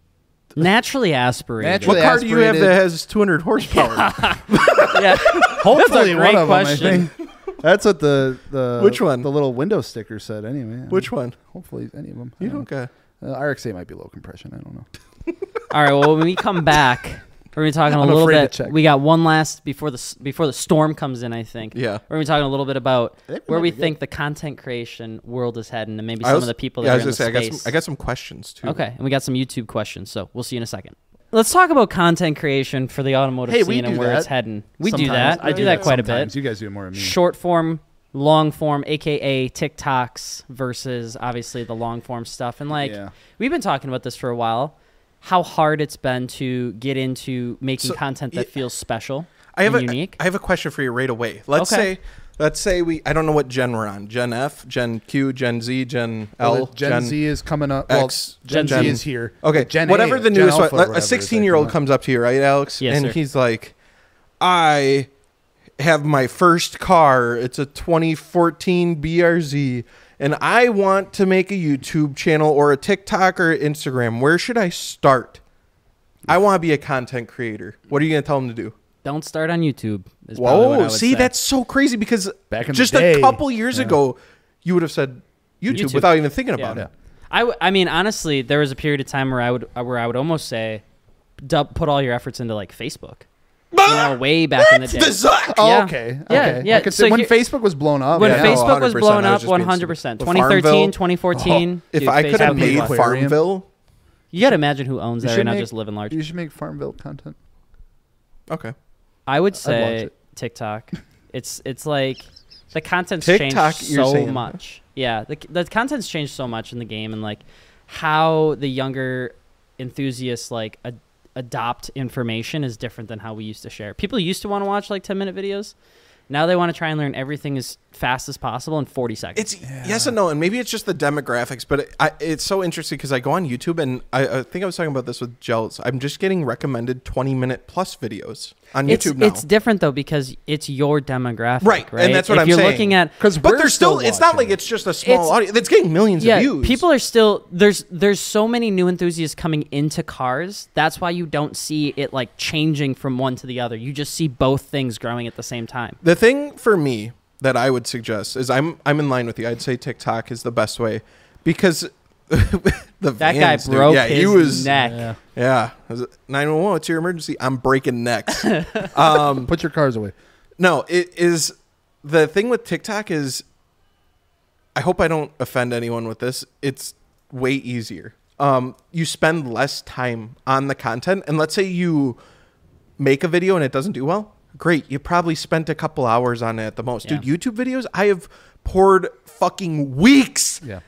Speaker 1: naturally aspirated
Speaker 4: Naturally
Speaker 3: What car do you have
Speaker 4: aspirated.
Speaker 3: that has 200 horsepower?
Speaker 1: yeah.
Speaker 4: Hopefully,
Speaker 1: great
Speaker 4: one of
Speaker 1: question.
Speaker 4: them. I think. That's what the the
Speaker 3: Which one?
Speaker 4: the little window sticker said. Anyway,
Speaker 3: Which one?
Speaker 4: Hopefully, any of them.
Speaker 3: You don't got.
Speaker 4: Uh, RX8 might be low compression. I don't know.
Speaker 1: All right. Well, when we come back, we're gonna be talking a
Speaker 4: I'm
Speaker 1: little
Speaker 4: afraid to
Speaker 1: bit.
Speaker 4: check.
Speaker 1: We got one last before the s- before the storm comes in. I think.
Speaker 3: Yeah.
Speaker 1: We're gonna be talking a little bit about
Speaker 4: think we
Speaker 1: where
Speaker 4: might
Speaker 1: we
Speaker 4: be good.
Speaker 1: think the content creation world is heading, and maybe
Speaker 3: I
Speaker 1: some
Speaker 3: was-
Speaker 1: of the people
Speaker 3: yeah,
Speaker 1: that
Speaker 3: I
Speaker 1: are in the
Speaker 3: was gonna say, I got,
Speaker 1: space.
Speaker 3: some, I got some questions too.
Speaker 1: okay, and we got some YouTube questions, so we'll see you in a second. Let's talk about content creation for the automotive
Speaker 4: Hey, we
Speaker 1: scene and
Speaker 4: do
Speaker 1: where it's
Speaker 4: that
Speaker 1: heading. We do
Speaker 4: Sometimes.
Speaker 1: that. I do that quite
Speaker 4: sometimes.
Speaker 1: a bit.
Speaker 4: You guys do it more than
Speaker 3: Mm.
Speaker 4: me.
Speaker 1: Short form, long form, aka TikToks versus obviously the long form stuff, and like
Speaker 4: Yeah.
Speaker 1: we've been talking about this for a while. How hard it's been to get into making content that
Speaker 3: yeah.
Speaker 1: feels special
Speaker 3: I have a,
Speaker 1: and unique.
Speaker 3: I have a question for you right away. Let's
Speaker 1: Okay.
Speaker 3: say, let's say we. I don't know what gen we're on. Gen F, Gen Q, Gen Z, Gen L,
Speaker 4: Well, Gen, Z is coming up.
Speaker 3: X,
Speaker 4: well, Gen,
Speaker 1: Gen-
Speaker 4: Z is here.
Speaker 3: Okay,
Speaker 4: Gen
Speaker 3: whatever
Speaker 4: A,
Speaker 3: the
Speaker 4: Gen
Speaker 3: newest
Speaker 4: Alpha,
Speaker 3: one.
Speaker 4: whatever
Speaker 3: let-
Speaker 4: it
Speaker 3: A
Speaker 4: is, they
Speaker 3: sixteen-year-old
Speaker 4: come out.
Speaker 3: comes up to you, right, Alex?
Speaker 1: Yes,
Speaker 3: and
Speaker 1: sir.
Speaker 3: he's like, "I have my first car. It's a 2014 BRZ, and I want to make a YouTube channel or a TikTok or Instagram. Where should I start? I want to be a content creator. What are you going to tell them to do?"
Speaker 1: Don't start on YouTube. Is probably what I
Speaker 3: Whoa,
Speaker 1: would
Speaker 3: see,
Speaker 1: say.
Speaker 3: that's so crazy because
Speaker 4: Back in the
Speaker 3: just a
Speaker 4: day,
Speaker 3: couple years ago, you would have said YouTube,
Speaker 1: YouTube.
Speaker 3: without even thinking about
Speaker 1: Yeah.
Speaker 3: it.
Speaker 1: I, w- I mean, honestly, there was a period of time where I would uh, where I would almost say, dub, put all your efforts into like Facebook. You
Speaker 3: Ah!
Speaker 1: know, way back in the day.
Speaker 4: Oh,
Speaker 1: Yeah.
Speaker 4: okay.
Speaker 1: Yeah,
Speaker 4: okay.
Speaker 1: yeah,
Speaker 4: I could
Speaker 1: so
Speaker 4: say when
Speaker 1: here-
Speaker 4: Facebook was blown up,
Speaker 1: when
Speaker 4: yeah.
Speaker 3: no,
Speaker 1: Facebook was
Speaker 3: 100%,
Speaker 1: blown
Speaker 3: I was
Speaker 1: up,
Speaker 3: just being
Speaker 1: one
Speaker 3: stupid.
Speaker 1: hundred percent.
Speaker 3: The
Speaker 1: Twenty thirteen,
Speaker 3: Farmville.
Speaker 1: twenty fourteen.
Speaker 3: Oh, If I could have made
Speaker 4: was-
Speaker 3: Farmville,
Speaker 1: you got to imagine who owns
Speaker 4: You
Speaker 1: that
Speaker 4: should
Speaker 1: right now.
Speaker 4: make-
Speaker 1: Just living large.
Speaker 4: you should make Farmville content.
Speaker 3: okay.
Speaker 1: I would
Speaker 4: watch
Speaker 1: say
Speaker 4: it.
Speaker 1: TikTok. It's it's like the content's
Speaker 3: TikTok,
Speaker 1: changed
Speaker 3: you're
Speaker 1: so
Speaker 3: saying.
Speaker 1: much. Yeah, the the content's changed so much in the game, and like how the younger enthusiasts like ad- adopt information is different than how we used to share. People used to want to watch like ten minute videos. Now they want to try and learn everything as fast as possible in forty seconds.
Speaker 3: It's yes and no, and maybe it's just the demographics, but it, I, it's so interesting because I go on YouTube and I, I think I was talking about this with Gels. I'm just getting recommended 20 minute plus videos on YouTube
Speaker 1: it's,
Speaker 3: now.
Speaker 1: it's different though because it's your demographic,
Speaker 3: right, and that's what
Speaker 1: if
Speaker 3: I'm
Speaker 1: you're
Speaker 3: saying.
Speaker 1: looking at
Speaker 4: 'Cause
Speaker 3: but
Speaker 4: we're
Speaker 3: they're still,
Speaker 4: still
Speaker 3: it's not
Speaker 4: watching
Speaker 3: like it's just a small
Speaker 1: It's-
Speaker 3: audience. It's getting millions
Speaker 1: yeah,
Speaker 3: of views.
Speaker 1: people are still there's there's so many new enthusiasts coming into cars. That's why you don't see it like changing from one to the other. You just see both things growing at the same time.
Speaker 3: The thing for me that I would suggest is I'm I'm in line with you. I'd say TikTok is the best way because the
Speaker 1: That guy
Speaker 3: vans, dude.
Speaker 1: broke
Speaker 3: yeah,
Speaker 1: his
Speaker 3: he was
Speaker 1: neck.
Speaker 3: yeah. Nine one one. It's your emergency. I'm breaking necks. um,
Speaker 4: Put your cars away.
Speaker 3: no, it is the thing with TikTok is I hope I don't offend anyone with this. It's way easier. Um, you spend less time on the content, and let's say you make a video and it doesn't do well. Great, you probably spent a couple hours on it at the most, dude. YouTube videos, I have poured fucking weeks
Speaker 4: Yeah.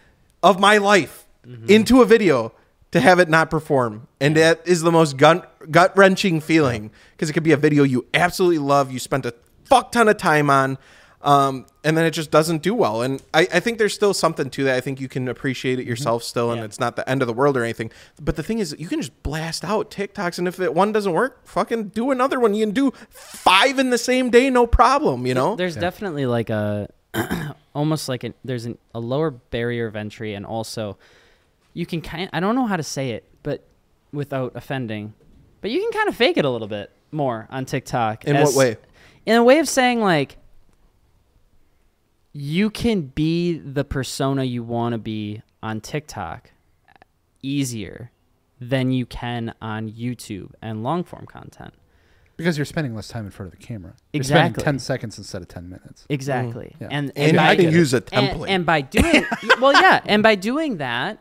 Speaker 3: of my life into a video to have it not perform. And that is the most gut wrenching feeling because it could be a video you absolutely love, you spent a fuck ton of time on, um, and then it just doesn't do well. And I, I think there's still something to that. I think you can appreciate it yourself still, and it's not the end of the world or anything. But the thing is, you can just blast out TikToks, and if it, one doesn't work, fucking do another one. You can do five in the same day, no problem, you know?
Speaker 1: There's definitely like a almost like an there's an, a lower barrier of entry, and also you can kind. I don't know how to say it, but without offending, but you can kind of fake it a little bit more on TikTok.
Speaker 3: In what way?
Speaker 1: In a way of saying like you can be the persona you want to be on TikTok easier than you can on YouTube and long form content.
Speaker 4: because you're spending less time in front of the camera. You're
Speaker 1: Exactly.
Speaker 4: spending 10 seconds instead of 10 minutes.
Speaker 1: Exactly.
Speaker 4: Yeah.
Speaker 1: And,
Speaker 3: And I can use a
Speaker 1: and-
Speaker 3: template.
Speaker 1: And, by doing well, yeah, and by doing that,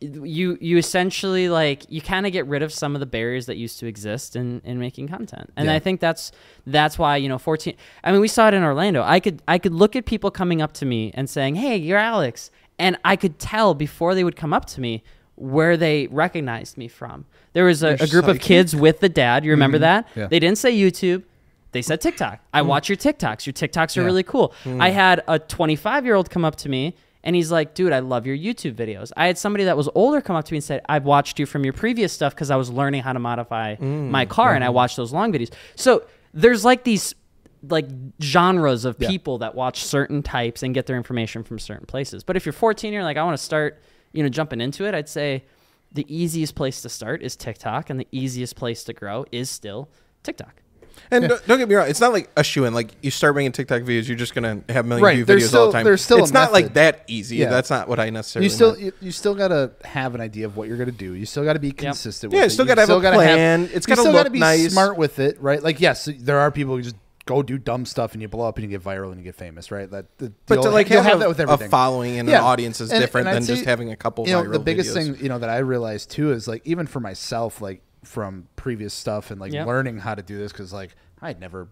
Speaker 1: you you essentially like you kind of get rid of some of the barriers that used to exist in in making content. And
Speaker 4: Yeah.
Speaker 1: I think that's that's why, you know, 14 I mean, we saw it in Orlando. I could I could look at people coming up to me and saying, "Hey, you're Alex." And I could tell before they would come up to me where they recognized me from. There was a, a group of
Speaker 3: psychic.
Speaker 1: kids with the dad. You remember that?
Speaker 4: Mm-hmm. Yeah. Mm.
Speaker 1: They didn't say YouTube. They said TikTok. I watch your TikToks. Your TikToks are
Speaker 4: Yeah. Mm.
Speaker 1: really cool. I had a 25 year old come up to me and he's like, dude, I love your YouTube videos. I had somebody that was older come up to me and said, I've watched you from your previous stuff because I was learning how to modify
Speaker 4: Mm.
Speaker 1: my car and I watched those long videos. So there's like these like genres of people that watch certain types and get their information from certain places. But if you're 14, you're like, I want to start, you know, jumping into it, I'd say the easiest place to start is TikTok and the easiest place to grow is still TikTok.
Speaker 3: And don't- don't get me wrong, it's not like a shoe in. Like you start making TikTok videos, you're just gonna have million
Speaker 4: Right,
Speaker 3: view
Speaker 4: there's
Speaker 3: videos all
Speaker 4: still-
Speaker 3: the time.
Speaker 4: there's still a
Speaker 3: it's not like
Speaker 4: method.
Speaker 3: that easy.
Speaker 4: Yeah.
Speaker 3: That's not what I necessarily.
Speaker 4: You still
Speaker 3: meant.
Speaker 4: you, you still gotta have an idea of what you're gonna do. You still gotta be consistent.
Speaker 3: Yeah,
Speaker 4: with
Speaker 3: you
Speaker 4: it.
Speaker 3: still gotta have a plan. It's
Speaker 4: you
Speaker 3: gotta
Speaker 4: still
Speaker 3: look
Speaker 4: gotta be
Speaker 3: nice.
Speaker 4: smart with it, right? Like yes, there are people who just go do dumb stuff and you blow up and you get viral and you get famous, right? That the,
Speaker 3: But
Speaker 4: you'll-
Speaker 3: to like
Speaker 4: you'll
Speaker 3: have,
Speaker 4: that with
Speaker 3: a, a
Speaker 4: everything.
Speaker 3: following and an audience is
Speaker 4: And-
Speaker 3: different
Speaker 4: and I'd
Speaker 3: than just
Speaker 4: say,
Speaker 3: having a couple.
Speaker 4: You know,
Speaker 3: viral
Speaker 4: the biggest
Speaker 3: videos.
Speaker 4: thing you know that I realized too is like even for myself, like from previous stuff and like
Speaker 1: Yeah.
Speaker 4: learning how to do this because like I'd never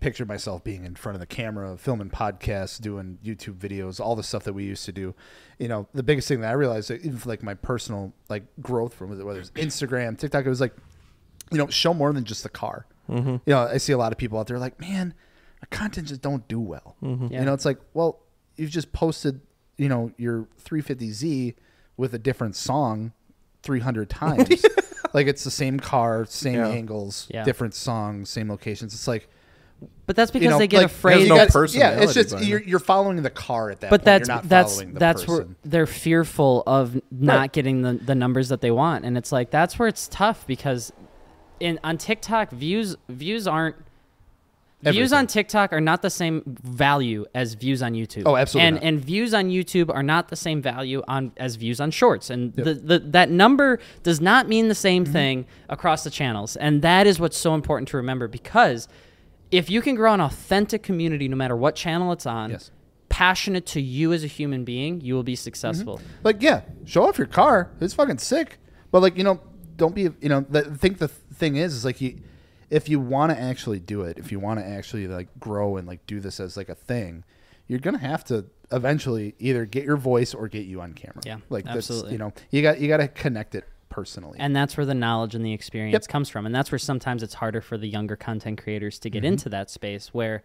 Speaker 4: pictured myself being in front of the camera, filming podcasts, doing YouTube videos, all the stuff that we used to do. You know, the biggest thing that I realized, like, even for, like my personal like growth from whether it's Instagram, TikTok, it was like you know, show more than just the car.
Speaker 3: Mm-hmm.
Speaker 4: You know, I see a lot of people out there like, man, our content just don't do well.
Speaker 3: Mm-hmm.
Speaker 4: You know, it's like, well, you've just posted, you know, your 350Z with a different song 300 times. like it's the same car, same
Speaker 3: Yeah.
Speaker 4: angles,
Speaker 1: Yeah.
Speaker 4: different songs, same locations. It's like,
Speaker 1: But that's because
Speaker 4: you know,
Speaker 1: they get
Speaker 4: like,
Speaker 1: afraid.
Speaker 3: There's
Speaker 4: you
Speaker 3: no
Speaker 4: guys- Yeah,
Speaker 3: personality
Speaker 4: it's just
Speaker 3: behind
Speaker 4: you're, you're following the car at that.
Speaker 1: but
Speaker 4: point.
Speaker 1: that's
Speaker 4: you're not
Speaker 1: that's
Speaker 4: following the
Speaker 1: that's
Speaker 4: person.
Speaker 1: where they're fearful of not getting the, the numbers that they want, and it's like that's where it's tough because in on TikTok views views aren't views
Speaker 4: Everything.
Speaker 1: on TikTok are not the same value as views on YouTube.
Speaker 4: Oh, absolutely
Speaker 1: And
Speaker 4: not.
Speaker 1: and views on YouTube are not the same value on as views on Shorts, and the, the that number does not mean the same thing across the channels, and that is what's so important to remember because if you can grow an authentic community, no matter what channel it's on
Speaker 4: Yes.
Speaker 1: passionate to you as a human being, you will be successful.
Speaker 4: Like, yeah, show off your car. It's fucking sick. But like, you know, don't be. You know, the, I think the thing is, is like you, if you want to actually do it, if you want to actually like grow and like do this as like a thing, you're gonna have to eventually either get your voice or get you on camera.
Speaker 1: Yeah,
Speaker 4: like
Speaker 1: absolutely.
Speaker 4: That's, you know, you got you got to connect it personally.
Speaker 1: And that's where the knowledge and the experience comes from. And that's where sometimes it's harder for the younger content creators to
Speaker 4: Mm-hmm.
Speaker 1: get into that space where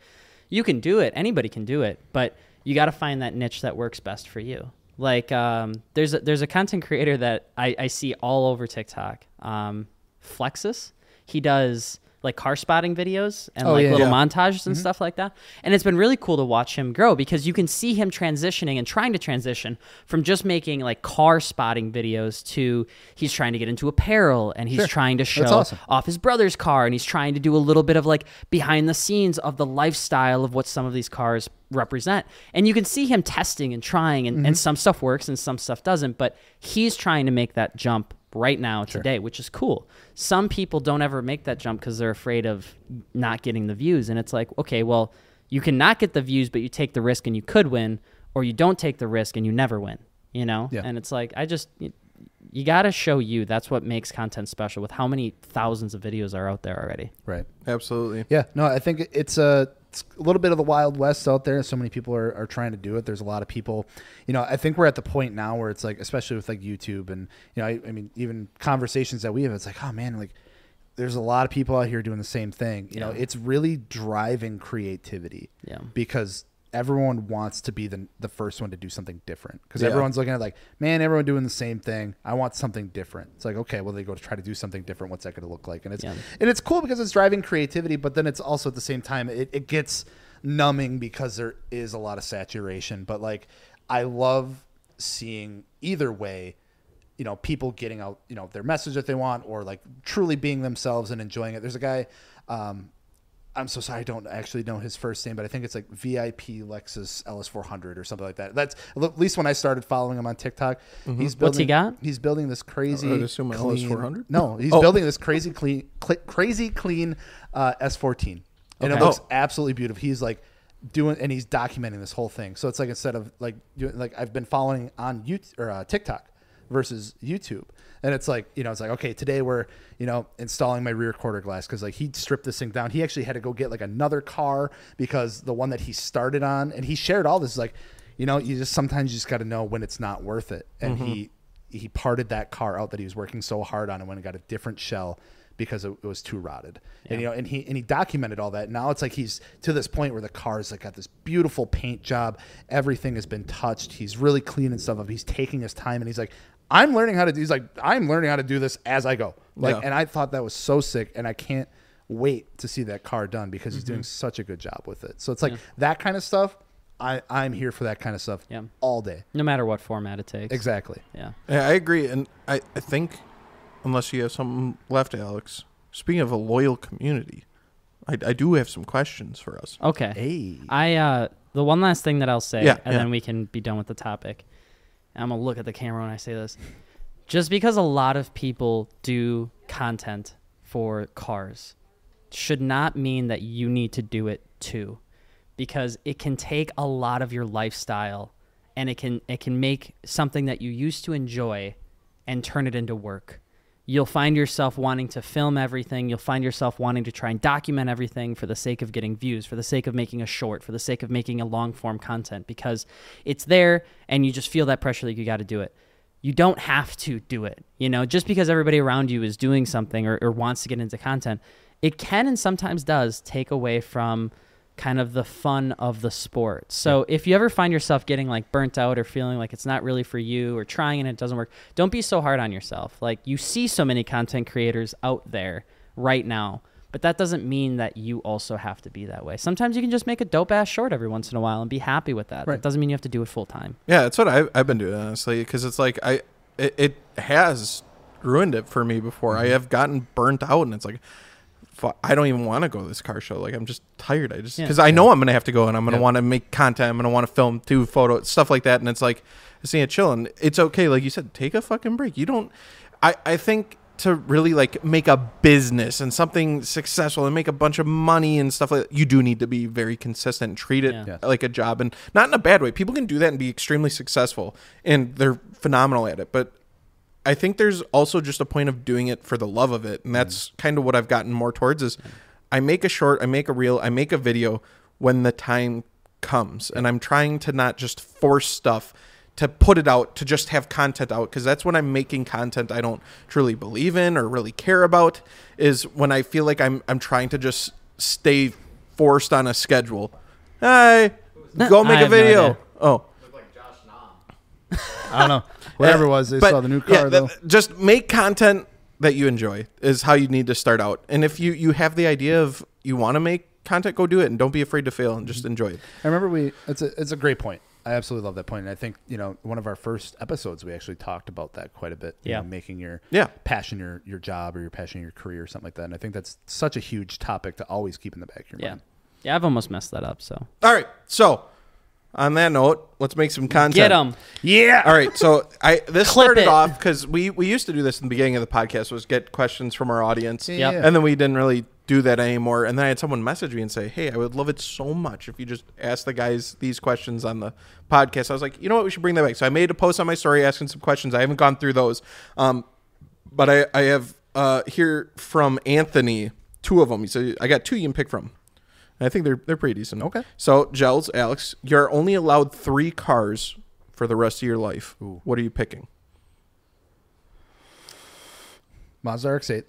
Speaker 1: you can do it, anybody can do it, but you got to find that niche that works best for you. Like um, there's a, there's a content creator that I, I see all over TikTok, um, Flexus. He does like car spotting videos and
Speaker 4: Oh,
Speaker 1: like
Speaker 4: yeah.
Speaker 1: little
Speaker 4: Yeah. Mm-hmm.
Speaker 1: montages and stuff like that. And it's been really cool to watch him grow because you can see him transitioning and trying to transition from just making like car spotting videos to he's trying to get into apparel and he's trying to show
Speaker 4: awesome.
Speaker 1: off his brother's car and he's trying to do a little bit of like behind the scenes of the lifestyle of what some of these cars represent. And you can see him testing and trying
Speaker 4: Mm-hmm.
Speaker 1: and, and some stuff works and some stuff doesn't, but he's trying to make that jump right now today, which is cool. Some people don't ever make that jump because they're afraid of not getting the views. And it's like, okay, well, you cannot get the views, but you take the risk and you could win, or you don't take the risk and you never win, you know?
Speaker 4: Yeah.
Speaker 1: And it's like, I just, you got to show you. That's what makes content special with how many thousands of videos are out there already.
Speaker 4: right.
Speaker 3: absolutely.
Speaker 4: Yeah, no, I think it's a it's a little bit of the wild west out there. So many people are, are trying to do it. There's a lot of people, you know, I think we're at the point now where it's like, especially with like YouTube and, you know, I, I mean, even conversations that we have, it's like, oh man, like there's a lot of people out here doing the same thing. You know, it's really driving creativity.
Speaker 1: Yeah.
Speaker 4: Because everyone wants to be the, the first one to do something different because
Speaker 3: Yeah.
Speaker 4: everyone's looking at like man everyone doing the same thing i want something different it's like okay well they go to try to do something different what's that going to look like and it's and it's cool because it's driving creativity but then it's also at the same time it, it gets numbing because there is a lot of saturation but like i love seeing either way you know people getting out you know their message that they want or like truly being themselves and enjoying it there's a guy um I'm so sorry, I don't actually know his first name, but I think it's like VIP Lexus LS400 or something like that. That's at least when I started following him on TikTok. He's building,
Speaker 1: Mm-hmm. What's he got?
Speaker 4: He's building this crazy.
Speaker 3: would assume an
Speaker 4: clean-
Speaker 3: LS400?
Speaker 4: No, he's building this crazy clean, cl- crazy clean uh, S14, and it
Speaker 1: Okay.
Speaker 4: looks absolutely beautiful. He's like doing, and he's documenting this whole thing. So it's like instead of like doing, like I've been following on YouTube or uh, TikTok versus YouTube. And it's like, you know, it's like, okay, today we're, you know, installing my rear quarter glass because like he stripped this thing down. He actually had to go get like another car because the one that he started on and he shared all this like, you know, you just sometimes you just got to know when it's not worth it. And he he parted that car out that he was working so hard on and went and got a different shell because it, it was too rotted. And you know, and he and he documented all that. Now it's like he's to this point where the car's like got this beautiful paint job. Everything has been touched. He's really clean and stuff up. He's taking his time and he's like, I'm learning how to do he's like, I'm learning how to do this as I go. Like
Speaker 3: Yeah.
Speaker 4: and I thought that was so sick and I can't wait to see that car done because he's doing such a good job with it. So it's like that kind of stuff. I, I'm here for that kind of stuff
Speaker 1: Yeah.
Speaker 4: all day.
Speaker 1: No matter what format it takes.
Speaker 4: Exactly.
Speaker 1: Yeah.
Speaker 3: Yeah, I agree, and I, I think unless you have something left, Alex. Speaking of a loyal community, I, I do have some questions for us.
Speaker 1: Okay.
Speaker 4: Hey.
Speaker 1: I uh the one last thing that I'll say
Speaker 3: Yeah,
Speaker 1: and
Speaker 3: yeah.
Speaker 1: then we can be done with the topic. I'm gonna look at the camera when I say this. Just because a lot of people do content for cars should not mean that you need to do it too. Because it can take a lot of your lifestyle and it can it can make something that you used to enjoy and turn it into work. You'll find yourself wanting to film everything. You'll find yourself wanting to try and document everything for the sake of getting views, for the sake of making a short, for the sake of making a long form content because it's there and you just feel that pressure that you got to do it. You don't have to do it. You know, just because everybody around you is doing something or, or wants to get into content, it can and sometimes does take away from kind of the fun of the sport. So if you ever find yourself getting like burnt out or feeling like it's not really for you or trying and it doesn't work, don't be so hard on yourself. Like you see so many content creators out there right now, but that doesn't mean that you also have to be that way. Sometimes you can just make a dope ass short every once in a while and be happy with that. That doesn't mean you have to do it full time.
Speaker 3: Yeah, that's what I, I've been doing honestly, because it's like I it, it has ruined it for me before.
Speaker 1: Mm-hmm.
Speaker 3: I have gotten burnt out, and it's like fu- I don't even want to go to this car show. Like I'm just tired. I just
Speaker 1: Yeah.
Speaker 3: because I know I'm gonna have to go, and I'm gonna want to make content. I'm gonna want to film, do photo stuff like that, and it's like I see it chilling. It's okay, like you said, take a fucking break. You don't. I I think to really like make a business and something successful and make a bunch of money and stuff like that, you do need to be very consistent. Treat it
Speaker 1: Yeah.
Speaker 3: like a job and not in a bad way. People can do that and be extremely successful and they're phenomenal at it. But I think there's also just a point of doing it for the love of it. And that's kind of what I've gotten more towards is I make a short, I make a reel, I make a video when the time comes. And I'm trying to not just force stuff to put it out to just have content out because that's when I'm making content I don't truly believe in or really care about is when I feel like I'm I'm trying to just stay forced on a schedule. Hey, go
Speaker 1: I
Speaker 3: make a
Speaker 1: have no
Speaker 3: video.
Speaker 1: idea.
Speaker 3: oh.
Speaker 4: I don't know. Whatever it was, they
Speaker 3: But,
Speaker 4: saw the new
Speaker 3: yeah,
Speaker 4: car though.
Speaker 3: th- Just make content that you enjoy is how you need to start out. And if you you have the idea of you want to make content, go do it, and don't be afraid to fail, and just
Speaker 4: Mm-hmm.
Speaker 3: enjoy it.
Speaker 4: I remember we. It's a it's a great point. I absolutely love that point, and I think you know one of our first episodes we actually talked about that quite a bit. you
Speaker 1: Yeah.
Speaker 4: know, making your
Speaker 3: Yeah.
Speaker 4: passion your your job or your passion your career or something like that. And I think that's such a huge topic to always keep in the back of your
Speaker 1: Yeah.
Speaker 4: mind.
Speaker 1: Yeah, I've almost messed that up. So
Speaker 3: All right, so. On that note, let's make some content.
Speaker 1: get them.
Speaker 4: Yeah.
Speaker 3: All right, so I this
Speaker 1: Clip
Speaker 3: started
Speaker 1: it.
Speaker 3: off because we we used to do this in the beginning of the podcast was get questions from our audience,
Speaker 4: Yep.
Speaker 3: and then we didn't really do that anymore. And then I had someone message me and say, "Hey, I would love it so much if you just asked the guys these questions on the podcast." I was like, "You know what? We should bring that back." So I made a post on my story asking some questions. I haven't gone through those, um, but I I have uh, here from Anthony two of them. He said, "I got two you can pick from." I think they're they're pretty decent.
Speaker 4: Okay.
Speaker 3: So gels, Alex, you're only allowed three cars for the rest of your life. What are you picking?
Speaker 4: Mazda RX-8,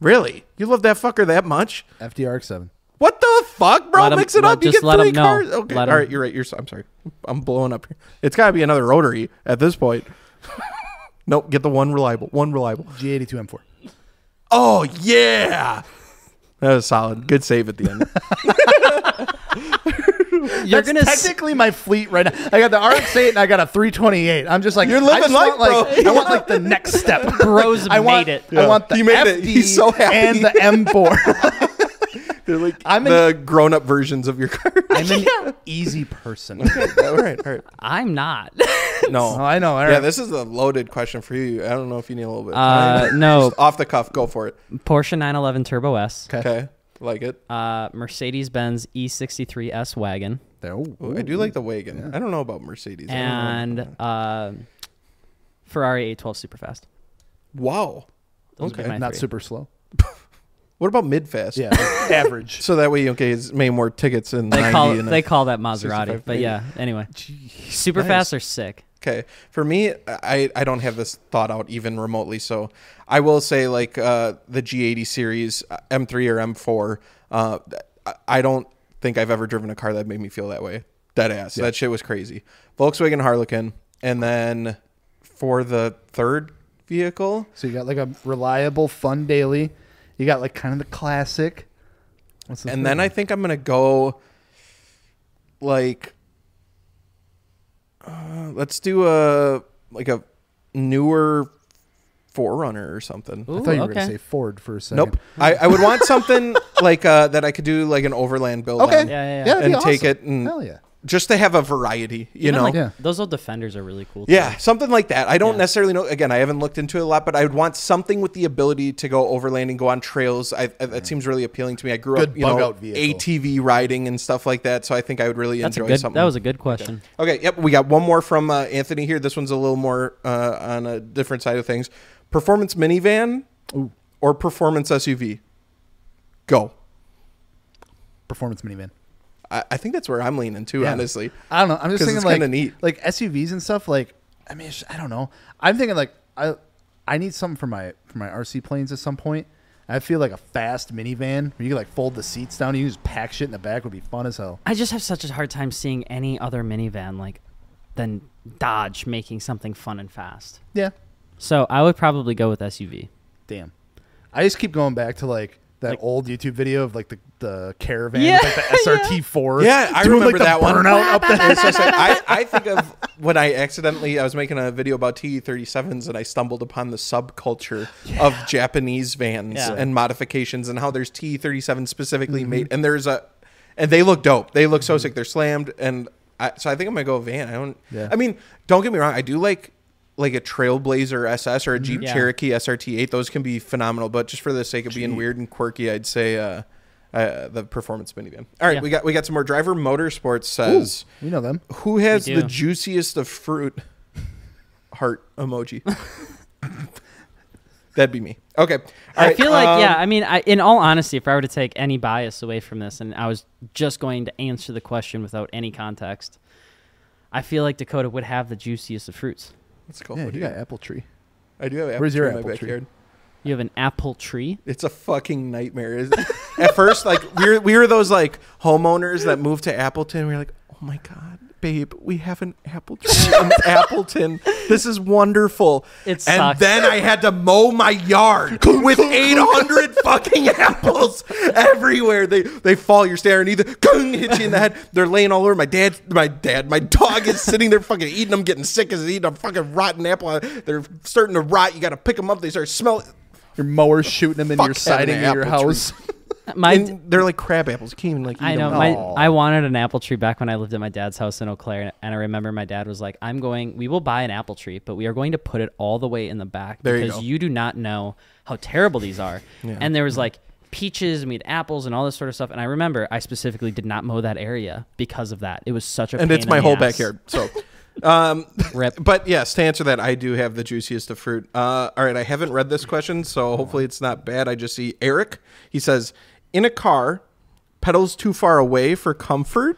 Speaker 3: Really? You love that fucker that much?
Speaker 4: FD RX-7.
Speaker 3: What the fuck, bro?
Speaker 1: Let 'em-
Speaker 3: Mix it
Speaker 1: let-
Speaker 3: up. You
Speaker 1: just
Speaker 3: get
Speaker 1: let
Speaker 3: three
Speaker 1: 'em know.
Speaker 3: cars. Okay.
Speaker 1: Let
Speaker 3: All
Speaker 1: 'em-
Speaker 3: right. You're right. You're. so- I'm sorry. I'm blowing up here. It's got to be another rotary at this point. nope. Get the one reliable. One reliable.
Speaker 4: G82 M4.
Speaker 3: Oh yeah. That was solid. Good save at the end.
Speaker 1: You're gonna s-
Speaker 4: Technically, my fleet right now. I got the RX-8 and I got a 328. I'm just like
Speaker 3: You're
Speaker 4: I
Speaker 3: living
Speaker 4: just want,
Speaker 3: life,
Speaker 4: like,
Speaker 3: bro.
Speaker 4: I want like the next step.
Speaker 1: Bros
Speaker 4: I want
Speaker 1: made it.
Speaker 4: I want the
Speaker 3: He made
Speaker 4: FD
Speaker 3: it. He's so happy.
Speaker 4: and the M4.
Speaker 3: They're like
Speaker 4: I'm an-
Speaker 3: the grown-up versions of your cars.
Speaker 4: I'm an easy person.
Speaker 3: all right. All right.
Speaker 1: I'm not.
Speaker 3: No.
Speaker 4: Oh, I know. all
Speaker 3: Yeah,
Speaker 4: right.
Speaker 3: this is a loaded question for you. I don't know if you need a little bit. of
Speaker 1: Uh,
Speaker 3: time.
Speaker 1: no.
Speaker 3: Just off the cuff, go for it.
Speaker 1: Porsche 911 Turbo S.
Speaker 3: Okay, like it.
Speaker 1: Uh, Mercedes Benz E63 S wagon.
Speaker 3: Ooh, I do like the wagon. I don't know about Mercedes. I don't know.
Speaker 1: and uh, Ferrari 812 Superfast.
Speaker 3: wow.
Speaker 1: Those okay,
Speaker 4: Not super slow.
Speaker 3: What about mid fast?
Speaker 4: Yeah, average.
Speaker 3: So that way, okay, it's made more tickets in
Speaker 1: They
Speaker 3: 90
Speaker 1: call
Speaker 3: and
Speaker 1: they call that
Speaker 3: 65,
Speaker 1: Maserati, but
Speaker 3: maybe.
Speaker 1: yeah. Anyway, super fast are sick.
Speaker 3: Okay. For me, I, I don't have this thought out even remotely. So I will say, like, uh, the G80 series, uh, M3 or M4, uh, I- I don't think I've ever driven a car that made me feel that way. Dead ass. That shit was crazy. Volkswagen Harlequin. And then for the third vehicle,
Speaker 4: So you got like a reliable, fun daily. You got like kind of the classic. What's the
Speaker 3: and
Speaker 4: third
Speaker 3: then
Speaker 4: one?
Speaker 3: I think I'm gonna go like uh, let's do a like a newer forerunner or something.
Speaker 4: I thought you were
Speaker 1: okay.
Speaker 4: going to say Ford for a second.
Speaker 3: Nope. I, I would want something like uh, that I could do like an overland build
Speaker 4: Okay.
Speaker 3: on
Speaker 1: yeah, yeah.
Speaker 4: that'd be
Speaker 3: and take
Speaker 4: awesome.
Speaker 3: it and
Speaker 4: Hell yeah.
Speaker 3: just to have a variety, you, know.
Speaker 1: like,
Speaker 4: Yeah.
Speaker 1: Those old Defenders are really cool.
Speaker 3: Yeah, something like that. I don't necessarily know. Again, I haven't looked into it a lot, but I would want something with the ability to go overland and go on trails. I, I,
Speaker 1: Mm.
Speaker 3: that seems really appealing to me. I grew
Speaker 4: Good
Speaker 3: up, you
Speaker 4: bug
Speaker 3: know,
Speaker 4: out vehicle.
Speaker 3: ATV riding and stuff like that, so I think I would really
Speaker 1: that's a
Speaker 3: enjoy
Speaker 1: good.
Speaker 3: something.
Speaker 1: That was a good question.
Speaker 3: okay. Yep, we got one more from uh, Anthony here. This one's a little more uh, on a different side of things. Performance minivan or performance SUV? Go.
Speaker 4: Performance minivan.
Speaker 3: I, I think that's where I'm leaning too.
Speaker 4: Yeah.
Speaker 3: Honestly,
Speaker 4: I don't know. I'm just
Speaker 3: 'Cause
Speaker 4: thinking
Speaker 3: it's
Speaker 4: like
Speaker 3: kinda neat.
Speaker 4: like SUVs and stuff. Like I mean, sh- I don't know. I'm thinking like I I need something for my for my RC planes at some point. I feel like a fast minivan where you can like fold the seats down and you just pack shit in the back would be fun as hell.
Speaker 1: I just have such a hard time seeing any other minivan like than Dodge making something fun and fast.
Speaker 4: Yeah.
Speaker 1: So I would probably go with SUV.
Speaker 4: Damn. I just keep going back to like that old YouTube video of like the, the caravan, with, like the SRT four.
Speaker 3: Yeah, I remember that one.
Speaker 4: Burnout up the
Speaker 3: It's so sad. I, I think of when I accidentally I was making a video about TE thirty sevens and I stumbled upon the subculture of Japanese vans
Speaker 1: Yeah. Mm-hmm.
Speaker 3: and modifications and how there's TE thirty seven specifically made and there's a and they look dope. They look so sick. They're slammed and I, so I think I'm gonna go van. I don't.
Speaker 4: Yeah.
Speaker 3: I mean, don't get me wrong. I do like like a Trailblazer SS or a Jeep
Speaker 1: Yeah.
Speaker 3: Cherokee SRT eight. Those can be phenomenal. But just for the sake of being weird and quirky, I'd say. uh uh, the performance minivan. All right,
Speaker 1: Yeah.
Speaker 3: we got we got some more. Driver Motorsports says,
Speaker 4: We know them.
Speaker 3: who has
Speaker 1: We
Speaker 3: the
Speaker 1: do.
Speaker 3: juiciest of fruit? Heart emoji. That'd be me. Okay. All
Speaker 1: I
Speaker 3: right,
Speaker 1: feel like
Speaker 3: um,
Speaker 1: yeah. I mean, I, in all honesty, if I were to take any bias away from this, and I was just going to answer the question without any context, I feel like Dakota would have the juiciest of fruits.
Speaker 3: Let's go.
Speaker 4: Yeah,
Speaker 3: What do
Speaker 4: you
Speaker 3: you
Speaker 4: got apple tree.
Speaker 3: I do have apple
Speaker 4: Where's
Speaker 3: tree
Speaker 4: your
Speaker 3: in my
Speaker 4: apple tree?
Speaker 3: backyard.
Speaker 1: You have an apple tree.
Speaker 3: It's a fucking nightmare. Is- At first, like we were, we were those like homeowners that moved to Appleton. We were like, oh my god, babe, we have an apple tree in Appleton. This is wonderful.
Speaker 1: It
Speaker 3: and
Speaker 1: sucks.
Speaker 3: then I had to mow my yard with eight hundred fucking apples everywhere. They they fall. You're staring either kung hit you in the head. They're laying all over. My dad, my dad, my dog is sitting there fucking eating them, getting sick as eating a fucking rotten apple. They're starting to rot. You got to pick them up. They start smelling.
Speaker 4: Your mower shooting them into
Speaker 3: Fuck
Speaker 4: your siding
Speaker 3: having an
Speaker 4: of your
Speaker 3: apple
Speaker 4: house.
Speaker 1: My d-
Speaker 3: and they're like crab apples. You can't even like. Eat
Speaker 1: I know.
Speaker 3: Them.
Speaker 1: My,
Speaker 4: Aw.
Speaker 1: I wanted an apple tree back when I lived at my dad's house in Eau Claire, and I remember my dad was like, "I'm going. We will buy an apple tree, but we are going to put it all the way in the back
Speaker 3: There you
Speaker 1: because
Speaker 3: go.
Speaker 1: you do not know how terrible these are." And there was like peaches, and we had apples, and all this sort of stuff. And I remember I specifically did not mow that area because of that. It was such a
Speaker 3: and
Speaker 1: pain
Speaker 3: it's
Speaker 1: in
Speaker 3: my
Speaker 1: the
Speaker 3: whole
Speaker 1: ass.
Speaker 3: backyard. So, um,
Speaker 1: Rip.
Speaker 3: but yes, to answer that, I do have the juiciest of fruit. Uh, all right, I haven't read this question, so hopefully it's not bad. I just see Eric. He says, "In a car, pedals too far away for comfort,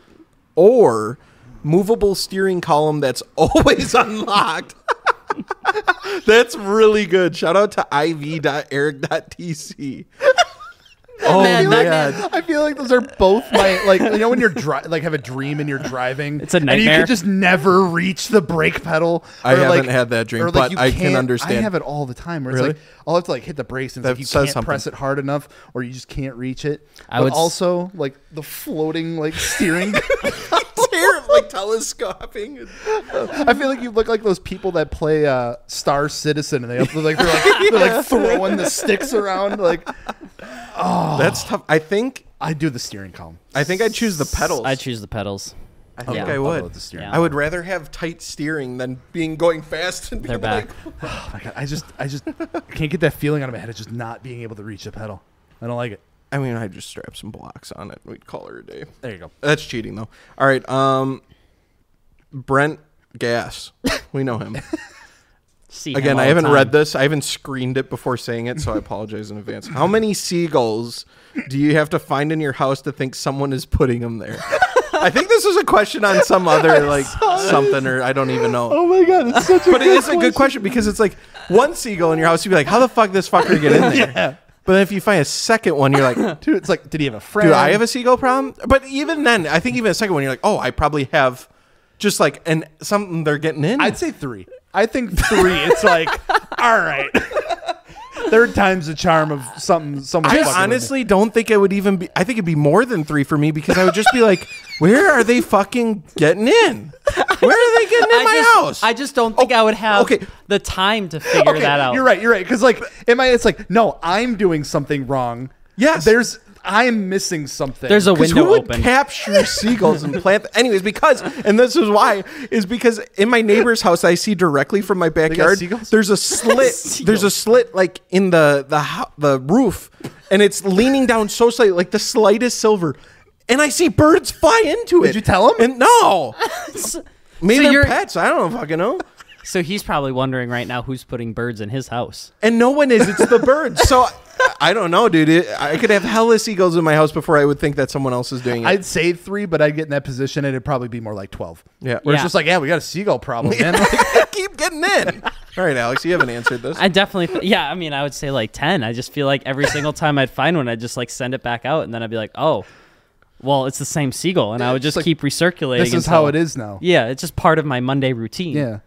Speaker 3: or movable steering column that's always unlocked. that's really good. Shout out to iv.eric.tc. Oh
Speaker 5: Man, that
Speaker 3: man.
Speaker 4: I feel like those are both my like you know when you're dri- like have a dream and you're driving.
Speaker 1: It's a
Speaker 4: And you
Speaker 1: nightmare.
Speaker 4: can just never reach the brake pedal.
Speaker 3: I
Speaker 4: or,
Speaker 3: haven't
Speaker 4: like-
Speaker 3: had that dream,
Speaker 4: or, like,
Speaker 3: but
Speaker 4: you
Speaker 3: I can
Speaker 4: can't- I
Speaker 3: understand.
Speaker 4: have it all the time where
Speaker 3: Really?
Speaker 4: it's like I'll have to like hit the brakes and it's
Speaker 3: That
Speaker 4: like you
Speaker 3: says
Speaker 4: can't
Speaker 3: something.
Speaker 4: press it hard enough or you just can't reach it.
Speaker 1: I
Speaker 4: but
Speaker 1: would s-
Speaker 4: also like the floating like steering.
Speaker 3: Terrible, like telescoping.
Speaker 4: I feel like you look like those people that play uh, Star Citizen and they up- like they're like they're like throwing the sticks around like
Speaker 3: That's tough. I think
Speaker 4: I do the steering column.
Speaker 3: I think I choose the pedals.
Speaker 1: I choose the pedals.
Speaker 3: I think
Speaker 5: Yeah.
Speaker 3: I
Speaker 5: I'll
Speaker 4: go
Speaker 3: would.
Speaker 4: with the steering.
Speaker 3: I would rather have tight steering than being going fast and being
Speaker 1: They're back.
Speaker 3: like,
Speaker 4: Oh my God, I just I just can't get that feeling out of my head of just not being able to reach the pedal. I don't like it.
Speaker 3: I mean, I just strap some blocks on it. We'd call her a day.
Speaker 4: There you go.
Speaker 3: That's cheating though. All right, um Brent Gas. We know him.
Speaker 5: See him
Speaker 3: Again,
Speaker 5: all
Speaker 3: I
Speaker 5: the
Speaker 3: haven't
Speaker 5: time.
Speaker 3: read this. I haven't screened it before saying it, so I apologize in advance. How many seagulls do you have to find in your house to think someone is putting them there? I think this is a question on some other like something or I don't even know.
Speaker 4: Oh my god, it's such
Speaker 3: but it is a good question because it's like one seagull in your house, you'd be like, how the fuck this fucker get in there? But if you find a second one, you're like, do
Speaker 4: dude. It's like, did he have a friend?
Speaker 3: I have a seagull problem? But even then, I think even a second one, you're like, oh, I probably have just like an something they're getting in.
Speaker 4: I'd say three. I think three. It's like, all right. Third time's the charm of something. Someone
Speaker 3: I honestly don't think it would even be. I think it'd be more than three for me because I would just be like, where are they fucking getting in? Where are they getting in
Speaker 5: I
Speaker 3: my
Speaker 5: just,
Speaker 3: house? Oh,
Speaker 5: I just don't think I would have
Speaker 3: okay.
Speaker 5: the time to figure
Speaker 4: okay,
Speaker 5: that out.
Speaker 4: You're right. You're right. Because like, am I? It's like, no, I'm doing something wrong.
Speaker 3: Yes.
Speaker 4: There's. I'm missing something.
Speaker 1: There's a
Speaker 3: 'Cause
Speaker 1: window
Speaker 3: who would
Speaker 1: open.
Speaker 3: capture seagulls and plant? Anyways, because and this is why is because in my neighbor's house I see directly from my backyard.
Speaker 4: seagulls?
Speaker 3: There's a slit. there's a slit like in the the ho- the roof, and it's leaning down so slightly, like the slightest silver. And I see birds fly into it.
Speaker 4: you tell 'em?
Speaker 3: And no, maybe
Speaker 5: so
Speaker 3: they're
Speaker 5: you're-
Speaker 3: pets. I don't know, fucking know.
Speaker 5: So he's probably wondering right now who's putting birds in his house.
Speaker 3: And no one is. It's the birds. So. I don't know, dude. It, I could have hella seagulls in my house before I would think that someone else is doing it.
Speaker 4: I'd say three, but I'd get in that position, and it'd probably be more like twelve.
Speaker 3: Yeah.
Speaker 4: Where it's
Speaker 5: Yeah.
Speaker 4: just like, yeah, we got a seagull problem, man.
Speaker 3: keep getting in. All right, Alex, you haven't answered this.
Speaker 5: I definitely, th- yeah. I mean, I would say like ten. I just feel like every single time I'd find one, I'd just like send it back out, and then I'd be like, oh, well, it's the same seagull, and I would
Speaker 4: just
Speaker 5: just
Speaker 4: like,
Speaker 5: keep recirculating.
Speaker 4: this is
Speaker 5: until-
Speaker 4: how it is now.
Speaker 5: Yeah, it's just part of my Monday routine.
Speaker 4: Yeah.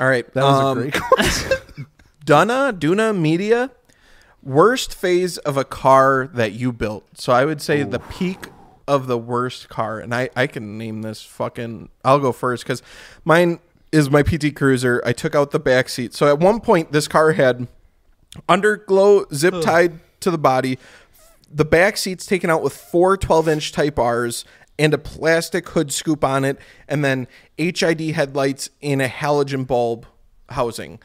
Speaker 3: All right,
Speaker 4: That was
Speaker 3: um,
Speaker 4: a great question.
Speaker 3: Duna Duna Media. Worst phase of a car that you built. So I would say the peak of the worst car, and I I can name this fucking. I'll go first because mine is my PT Cruiser. I took out the back seat. So at one point, this car had underglow zip tied to the body. The back seat's taken out with four 12 inch Type R's and a plastic hood scoop on it, and then HID headlights in a halogen bulb housing.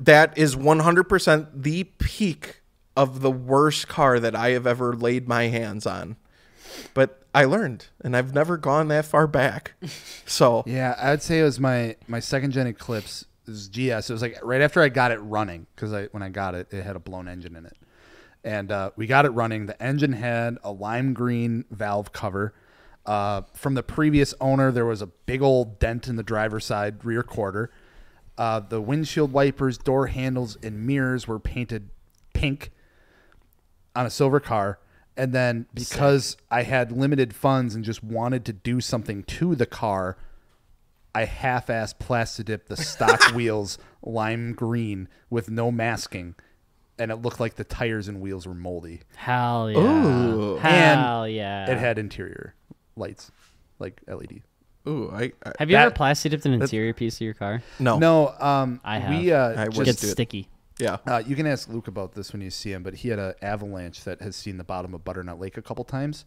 Speaker 3: That is 100% the peak of the worst car that I have ever laid my hands on. But I learned, and I've never gone that far back. So,
Speaker 4: Yeah, I'd say it was my my second gen Eclipse. It was GS. It was like right after I got it running because I when I got it, it had a blown engine in it, and uh, we got it running. The engine had a lime green valve cover. Uh, from the previous owner, there was a big old dent in the driver's side rear quarter. Uh, the windshield wipers, door handles, and mirrors were painted pink on a silver car. And then because I had limited funds and just wanted to do something to the car, I half-assed plastidip the stock wheels lime green with no masking, and it looked like the tires and wheels were moldy.
Speaker 5: Hell yeah.
Speaker 3: Ooh.
Speaker 5: Hell
Speaker 4: And
Speaker 5: yeah.
Speaker 4: It had interior lights, like E LED.
Speaker 3: ooh, I, I
Speaker 5: have you
Speaker 4: that-
Speaker 5: ever plasti dipped an interior piece of your car?
Speaker 3: no,
Speaker 4: No, um,
Speaker 5: Oh. I have.
Speaker 4: we uh,
Speaker 3: I
Speaker 5: It
Speaker 3: wouldn't
Speaker 5: gets
Speaker 3: do it.
Speaker 5: sticky.
Speaker 3: yeah,
Speaker 4: Uh, you can ask Luke about this when you see him, but he had an avalanche that has seen the bottom of Butternut Lake a couple times.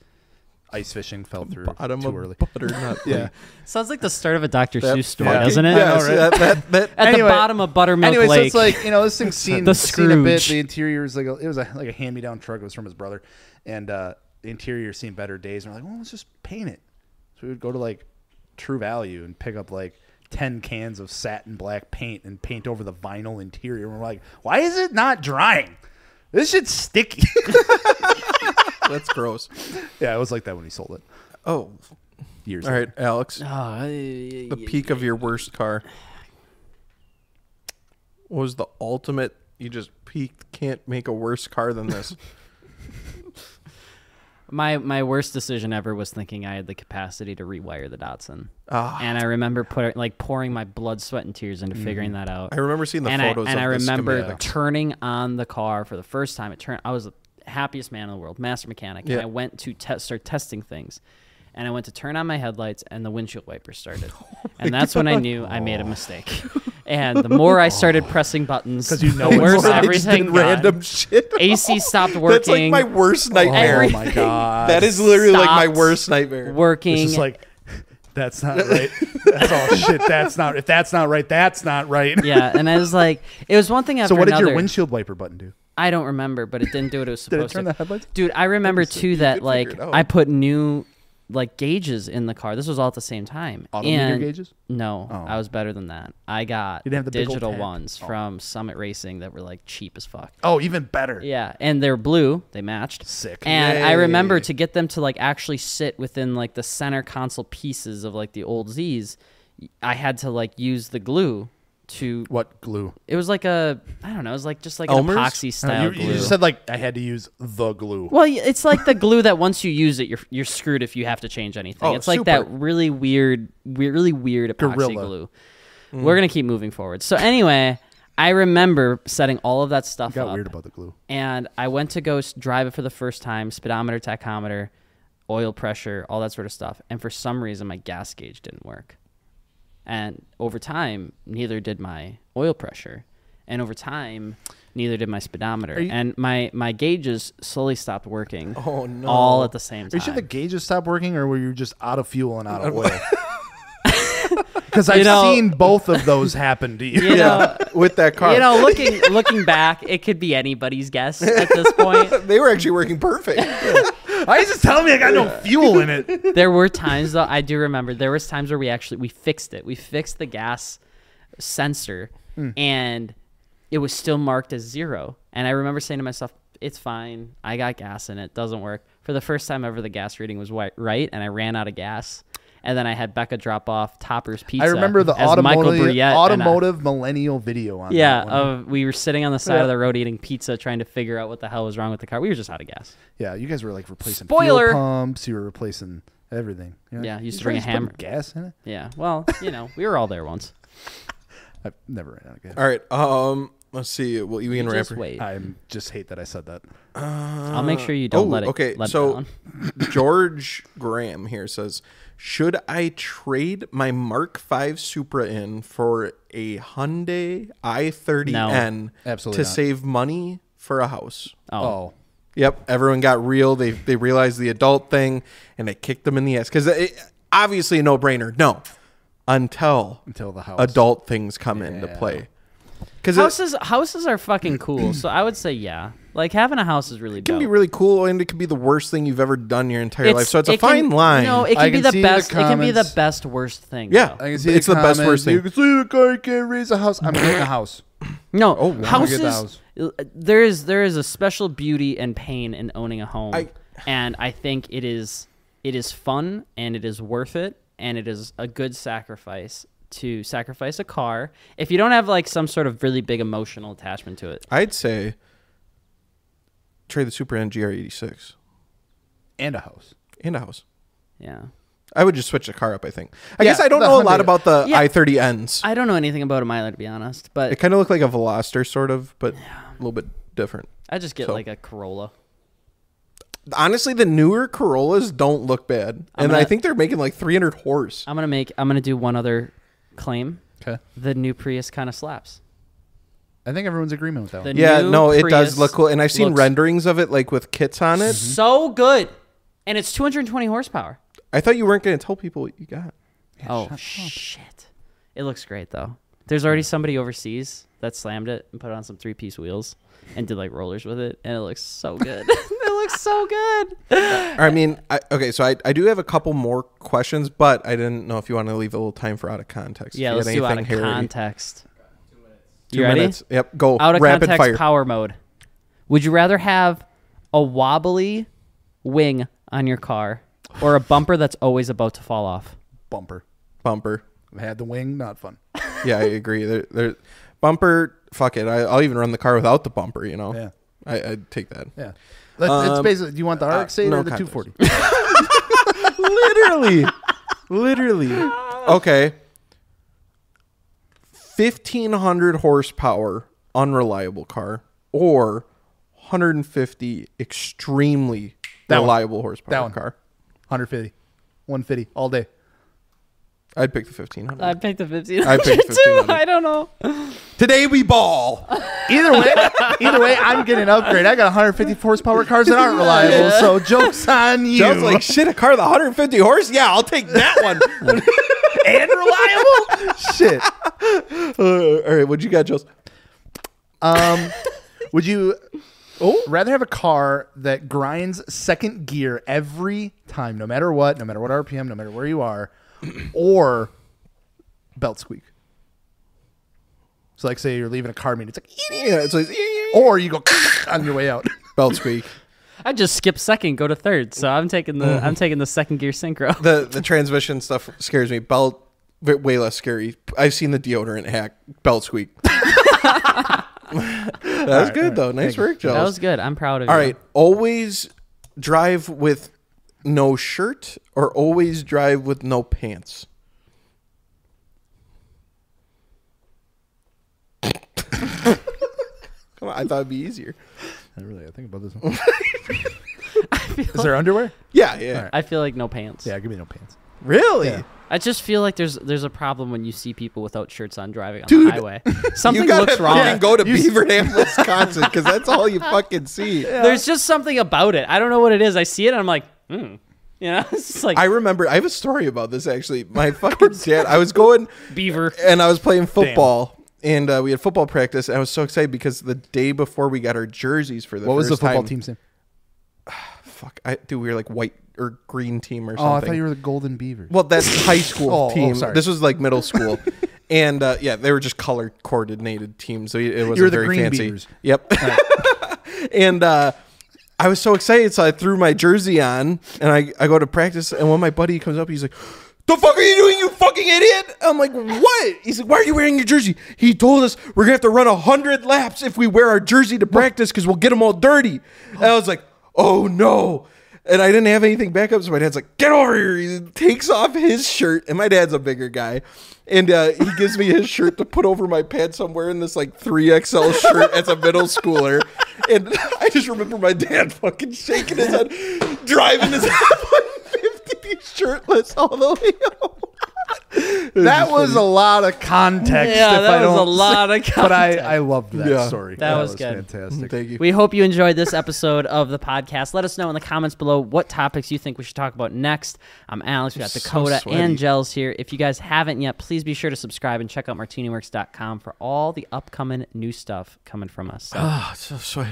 Speaker 4: Ice fishing fell through
Speaker 3: bottom
Speaker 4: too
Speaker 3: of
Speaker 4: early.
Speaker 3: butternut. yeah,
Speaker 5: Sounds like the start of a Dr.
Speaker 3: That
Speaker 5: Seuss story,
Speaker 4: fucking-
Speaker 5: doesn't it?
Speaker 4: yeah.
Speaker 3: Yes,
Speaker 4: I know,
Speaker 3: that, that, that,
Speaker 5: At
Speaker 4: Anyway-
Speaker 5: the bottom of Buttermilk
Speaker 4: anyway,
Speaker 5: Lake.
Speaker 4: so it's like you know this thing's seen,
Speaker 5: The
Speaker 4: seen a bit.
Speaker 5: Scrooge.
Speaker 4: The interior is like a, it was a, like a hand-me-down truck. It was from his brother, and uh, the interior seen better days. And we're like, well, let's just paint it. So we would go to like True Value and pick up like ten cans of satin black paint and paint over the vinyl interior. And we're like, why is it not drying? This shit's sticky.
Speaker 3: That's gross.
Speaker 4: Yeah, it was like that when he sold it
Speaker 3: Oh,
Speaker 4: years.
Speaker 3: all right, Alex.
Speaker 5: Oh,
Speaker 1: Uh,
Speaker 3: the peak of your worst car. What was the ultimate? You just peaked. Can't make a worse car than this.
Speaker 1: my my worst decision ever was thinking I had the capacity to rewire the Datsun,
Speaker 3: Ah.
Speaker 1: and I remember putting like pouring my blood, sweat, and tears into figuring that out.
Speaker 3: Mm. I remember seeing the
Speaker 1: and
Speaker 3: photos.
Speaker 1: I, and
Speaker 3: of
Speaker 1: I
Speaker 3: the
Speaker 1: remember
Speaker 3: schematics.
Speaker 1: turning on the car for the first time. It turned. I was the happiest man in the world, master mechanic,
Speaker 3: Yeah.
Speaker 1: and I went to te- start testing things. And I went to turn on my headlights, and the windshield wipers started.
Speaker 3: Oh
Speaker 1: and that's when I knew I made a mistake. and the more I started pressing buttons,
Speaker 4: you know
Speaker 1: the
Speaker 4: it's
Speaker 1: worse
Speaker 4: wrong.
Speaker 3: I just did
Speaker 1: everything got.
Speaker 3: random shit.
Speaker 1: AC stopped working.
Speaker 3: That's like my worst nightmare.
Speaker 1: Every-
Speaker 4: Oh my god,
Speaker 3: that is literally like my
Speaker 1: Stopped.
Speaker 3: worst nightmare.
Speaker 1: working.
Speaker 4: It's just like that's not right. That's all shit. That's not if that's not right. That's not right.
Speaker 1: yeah, and I was like, it was one thing after
Speaker 4: So what did
Speaker 1: another.
Speaker 4: your windshield wiper button do?
Speaker 1: I don't remember, but it didn't do what it was
Speaker 4: Did
Speaker 1: supposed
Speaker 4: it turn
Speaker 1: to.
Speaker 4: the headlights?
Speaker 1: Dude, I remember too that
Speaker 3: did
Speaker 1: like
Speaker 3: figure it out.
Speaker 1: I put new like gauges in the car. This was all at the same time.
Speaker 4: Autometer
Speaker 1: And-
Speaker 4: gauges? Oh.
Speaker 1: No, I was better than that. I got
Speaker 4: You didn't have the big old Oh.
Speaker 1: digital
Speaker 4: tag?
Speaker 1: ones from Summit Racing that were like cheap as fuck.
Speaker 4: Oh, even better.
Speaker 1: Yeah, and they're blue. They matched.
Speaker 4: Sick.
Speaker 1: And I
Speaker 3: Yay.
Speaker 1: remember to get them to like actually sit within like the center console pieces of like the old Z's. I had to like use the glue to.
Speaker 4: What glue?
Speaker 1: It was like a I don't know. It was like just like
Speaker 3: Elmer's?
Speaker 1: an epoxy style
Speaker 4: You,
Speaker 1: glue.
Speaker 4: you just said like I had to use the glue.
Speaker 1: Well, y- it's like the glue that once you use it, you're you're screwed if you have to change anything.
Speaker 3: Oh,
Speaker 1: it's like
Speaker 3: super.
Speaker 1: that really weird, we- really weird epoxy
Speaker 4: Gorilla. Mm.
Speaker 1: glue. We're gonna keep moving forward. So anyway, I remember setting all of that stuff
Speaker 4: Got
Speaker 1: up,
Speaker 4: weird about the glue.
Speaker 1: and I went to go s- drive it for the first time, speedometer, tachometer, oil pressure, all that sort of stuff. And for some reason, my gas gauge didn't work, and over time, neither did my oil pressure, and over time. Neither did my speedometer, and my my gauges slowly stopped working
Speaker 3: Oh no!
Speaker 1: all at the same
Speaker 4: Are
Speaker 1: time.
Speaker 4: you sure the gauges stopped working, or were you just out of fuel and out of oil? Because I've
Speaker 1: know-
Speaker 4: seen both of those happen to you.
Speaker 1: you know,
Speaker 3: with that car,
Speaker 1: you know, looking looking back, it could be anybody's guess at this point.
Speaker 3: they were actually working perfect.
Speaker 4: Why you just telling me I got no fuel in it?
Speaker 1: There were times though I do remember there was times where we actually we fixed it. We fixed the gas sensor
Speaker 4: Hmm.
Speaker 1: and it was still marked as zero. And I remember saying to myself, it's fine. I got gas in it. Doesn't work. For the first time ever, the gas reading was wi- right, and I ran out of gas. And then I had Becca drop off Topper's Pizza.
Speaker 4: I remember the
Speaker 1: as Michael
Speaker 4: automotive,
Speaker 1: Briette and I-
Speaker 4: automotive millennial video on
Speaker 1: Yeah,
Speaker 4: that one.
Speaker 1: uh, we were sitting on the side of the road eating pizza, trying to figure out what the hell was wrong with the car. We were just out of gas.
Speaker 4: yeah, you guys were like replacing
Speaker 1: Spoiler!
Speaker 4: fuel pumps. You were replacing everything. You
Speaker 1: Yeah, you used to
Speaker 4: guys
Speaker 1: bring a
Speaker 4: putting
Speaker 1: hammer.
Speaker 4: Gas in it.
Speaker 1: Yeah, well, you know, we were all there once.
Speaker 4: I've never ran out of gas.
Speaker 3: all right. Um. Let's see. Well, Ian
Speaker 1: Just
Speaker 3: Ramper.
Speaker 1: wait.
Speaker 4: I just hate that I said that.
Speaker 1: I'll make sure you don't
Speaker 3: oh,
Speaker 1: let it.
Speaker 3: okay.
Speaker 1: let it
Speaker 3: so
Speaker 1: down.
Speaker 3: George Graham here says, "Should I trade my Mark V Supra in for a Hyundai i30n
Speaker 4: Absolutely
Speaker 3: to
Speaker 4: not.
Speaker 3: save money for a house?"
Speaker 4: Oh,
Speaker 3: Yep, everyone got real. They they realized the adult thing, and it kicked them in the ass because obviously a no brainer. No, until
Speaker 4: until the house.
Speaker 3: adult things come into play. Because it
Speaker 1: houses houses are fucking cool. so I would say yeah. Like having a house is really
Speaker 3: can
Speaker 1: dope.
Speaker 3: be really cool, and it can be the worst thing you've ever done your entire life. So it's a
Speaker 1: it can-
Speaker 3: fine line.
Speaker 1: No, it
Speaker 4: I
Speaker 1: can be
Speaker 4: can
Speaker 1: the
Speaker 4: see the
Speaker 1: best. it can be the
Speaker 4: comments.
Speaker 1: best worst thing.
Speaker 3: yeah,
Speaker 1: though.
Speaker 4: I can see
Speaker 3: it's the best
Speaker 4: comments.
Speaker 3: worst thing.
Speaker 4: You can see the car can't raise a house. I'm getting a house.
Speaker 1: No,
Speaker 4: Oh, get
Speaker 1: houses.
Speaker 4: the house.
Speaker 1: l- There is there is a special beauty and pain in owning a home,
Speaker 3: I-
Speaker 1: and I think it is it is fun and it is worth it and it is a good sacrifice to sacrifice a car if you don't have like some sort of really big emotional attachment to it.
Speaker 3: I'd say trade the Super NGR eighty six
Speaker 4: And a house.
Speaker 3: and a house.
Speaker 1: Yeah,
Speaker 3: I would just switch the car up. I think. I
Speaker 4: Yeah,
Speaker 3: guess I don't
Speaker 4: the
Speaker 3: know a lot
Speaker 4: Hyundai.
Speaker 3: about the
Speaker 1: Yeah.
Speaker 3: i thirty Ns.
Speaker 1: I don't know anything about a miler to be honest,
Speaker 3: It
Speaker 1: but
Speaker 3: kind of looked like a Veloster, sort of, but a little bit different.
Speaker 1: I just get
Speaker 3: so-
Speaker 1: like a Corolla.
Speaker 3: Honestly, the newer Corollas don't look bad, and I
Speaker 1: gonna-
Speaker 3: think they're making like 300 horse.
Speaker 1: I'm gonna make I'm gonna do one other claim.
Speaker 4: Okay.
Speaker 1: The new Prius kind of slaps.
Speaker 4: I think everyone's agreement with that
Speaker 1: The
Speaker 4: one.
Speaker 3: yeah,
Speaker 1: new
Speaker 3: no, it does
Speaker 1: Prius
Speaker 3: look cool, and I've seen
Speaker 1: looks
Speaker 3: renderings of it like with kits on it.
Speaker 1: So good, and it's 220 horsepower.
Speaker 3: I thought you weren't going to tell people what you got.
Speaker 1: oh shit! It looks great though. There's already somebody overseas that slammed it and put on some three-piece wheels and did like rollers with it, and it looks so good. it looks so good.
Speaker 3: I mean, I, okay, so I, I do have a couple more questions, but I didn't know if you want to leave a little time for out of context.
Speaker 1: Yeah,
Speaker 3: if you
Speaker 1: let's
Speaker 3: had
Speaker 1: do out of
Speaker 3: anything hairy.
Speaker 1: context.
Speaker 3: Two
Speaker 1: You ready?
Speaker 3: minutes. Yep, go
Speaker 1: out of
Speaker 3: rapid
Speaker 1: context
Speaker 3: fire.
Speaker 1: power mode. Would you rather have a wobbly wing on your car or a bumper that's always about to fall off?
Speaker 4: Bumper.
Speaker 3: Bumper.
Speaker 4: I had the wing, not fun.
Speaker 3: Yeah, I agree. There, there, bumper. Fuck it. I, I'll even run the car without the bumper. You know.
Speaker 4: Yeah.
Speaker 3: I, I'd take that.
Speaker 4: Yeah. That's, it's
Speaker 3: Um,
Speaker 4: basically. Do you want the RX-8
Speaker 3: no
Speaker 4: or the
Speaker 3: contest.
Speaker 4: 240?
Speaker 3: Literally. Literally. Okay. 1500 horsepower unreliable car or 150 extremely
Speaker 4: That one.
Speaker 3: reliable horsepower
Speaker 4: That one.
Speaker 3: car.
Speaker 4: 150, 150 all day.
Speaker 3: I'd pick the 1500.
Speaker 1: I picked the 1500
Speaker 3: I picked
Speaker 1: too.
Speaker 3: 1500.
Speaker 1: I don't know.
Speaker 3: Today we ball.
Speaker 4: Either way, either way, I'm getting an upgrade. I got 150 horsepower cars that aren't reliable. So jokes on you.
Speaker 3: Sounds like shit a car with 150 horse. Yeah, I'll take that one.
Speaker 4: and reliable shit.
Speaker 3: Uh, all right, what you got, Jules?
Speaker 4: Um, would you rather have a car that grinds second gear every time, no matter what, no matter what RPM, no matter where you are, or belt squeak? So, like, say you're leaving a car meet, it's like,
Speaker 3: Yeah, it's like
Speaker 4: or you go on your way out.
Speaker 3: belt squeak.
Speaker 1: I just skipped second, go to third. So I'm taking the
Speaker 3: Mm-hmm.
Speaker 1: I'm taking the second gear synchro.
Speaker 3: the the transmission stuff scares me. Belt w- way less scary. I've seen the deodorant hack. Belt squeak. that was good though. Nice work, Joe.
Speaker 1: That was good. I'm proud of
Speaker 3: All
Speaker 1: you.
Speaker 3: right. Always drive with no shirt or always drive with no pants. Come on, I thought it'd be easier.
Speaker 4: I really gotta think about this one. Is there underwear?
Speaker 3: Yeah, yeah.
Speaker 1: I feel like no pants.
Speaker 4: Yeah, give me no pants.
Speaker 3: Really?
Speaker 1: I just feel like there's there's a problem when you see people without shirts on driving on
Speaker 3: Dude.
Speaker 1: the highway. Something
Speaker 3: you gotta
Speaker 1: looks wrong.
Speaker 3: fucking go to Beaverham, Wisconsin, because that's all you fucking see.
Speaker 1: There's just something about it. I don't know what it is. I see it and I'm like, hmm. You know, it's just like
Speaker 3: I remember I have a story about this actually. My fucking dad, I was going
Speaker 1: beaver.
Speaker 3: and I was playing football. And uh, we had football practice, and I was so excited because the day before we got our jerseys for the
Speaker 4: What was the
Speaker 3: first
Speaker 4: football
Speaker 3: time-
Speaker 4: team's name?
Speaker 3: Fuck, I, dude, we were like white or green team or
Speaker 4: Oh, I
Speaker 3: something.
Speaker 4: thought you were the Golden Beavers.
Speaker 3: Well, that's high school
Speaker 4: Oh, oh,
Speaker 3: team.
Speaker 4: sorry.
Speaker 3: This was like middle school, and uh, yeah, they were just color coordinated teams, so it wasn't
Speaker 4: were the
Speaker 3: very
Speaker 4: green
Speaker 3: fancy.
Speaker 4: beavers.
Speaker 3: Yep. and uh, I was so excited, so I threw my jersey on, and I, I go to practice, and when my buddy comes up, he's like. The fuck are you doing, you fucking idiot? I'm like, what? He's like, why are you wearing your jersey? He told us we're gonna have to run hundred laps if we wear our jersey to practice because we'll get them all dirty. And I was like, oh no. And I didn't have anything back up, so my dad's like, "Get over here!" He takes off his shirt, and my dad's a bigger guy, and uh, he gives me his shirt to put over my pants. I'm wearing this like three XL shirt as a middle schooler, and I just remember my dad fucking shaking his head, driving his 150 shirtless all the way home.
Speaker 4: that was a lot of context.
Speaker 1: Yeah,
Speaker 4: if
Speaker 1: that
Speaker 4: I
Speaker 1: was
Speaker 4: don't-
Speaker 1: a lot of
Speaker 4: But I, I loved that
Speaker 3: Yeah.
Speaker 4: story.
Speaker 1: That was good.
Speaker 4: fantastic.
Speaker 3: Thank you.
Speaker 1: We hope you enjoyed this episode of the podcast. Let us know in the comments below what topics you think we should talk about next. I'm Alex. We got
Speaker 3: so
Speaker 1: Dakota
Speaker 3: sweaty.
Speaker 1: and Gels here. If you guys haven't yet, please be sure to subscribe and check out martiniworks.com for all the upcoming new stuff coming from us. So,
Speaker 3: Oh, it's so sweaty.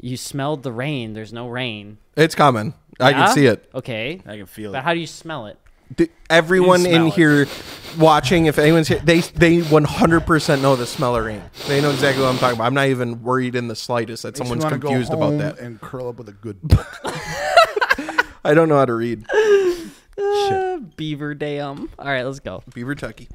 Speaker 1: you smelled the rain. There's no rain.
Speaker 3: It's coming. I
Speaker 1: Huh?
Speaker 3: can see it.
Speaker 1: Okay.
Speaker 10: I can feel
Speaker 1: But
Speaker 10: it.
Speaker 1: how do you smell it?
Speaker 3: D- everyone
Speaker 10: You smell
Speaker 3: in
Speaker 10: it.
Speaker 3: here watching, if anyone's here, they they 100% know the smell of rain. They know exactly what I'm talking about. I'm not even worried in the slightest that someone's confused about that.
Speaker 4: and curl up with a good book.
Speaker 3: I don't know how to read.
Speaker 1: Beaver dam. All right, let's go.
Speaker 3: Beaver Tucky.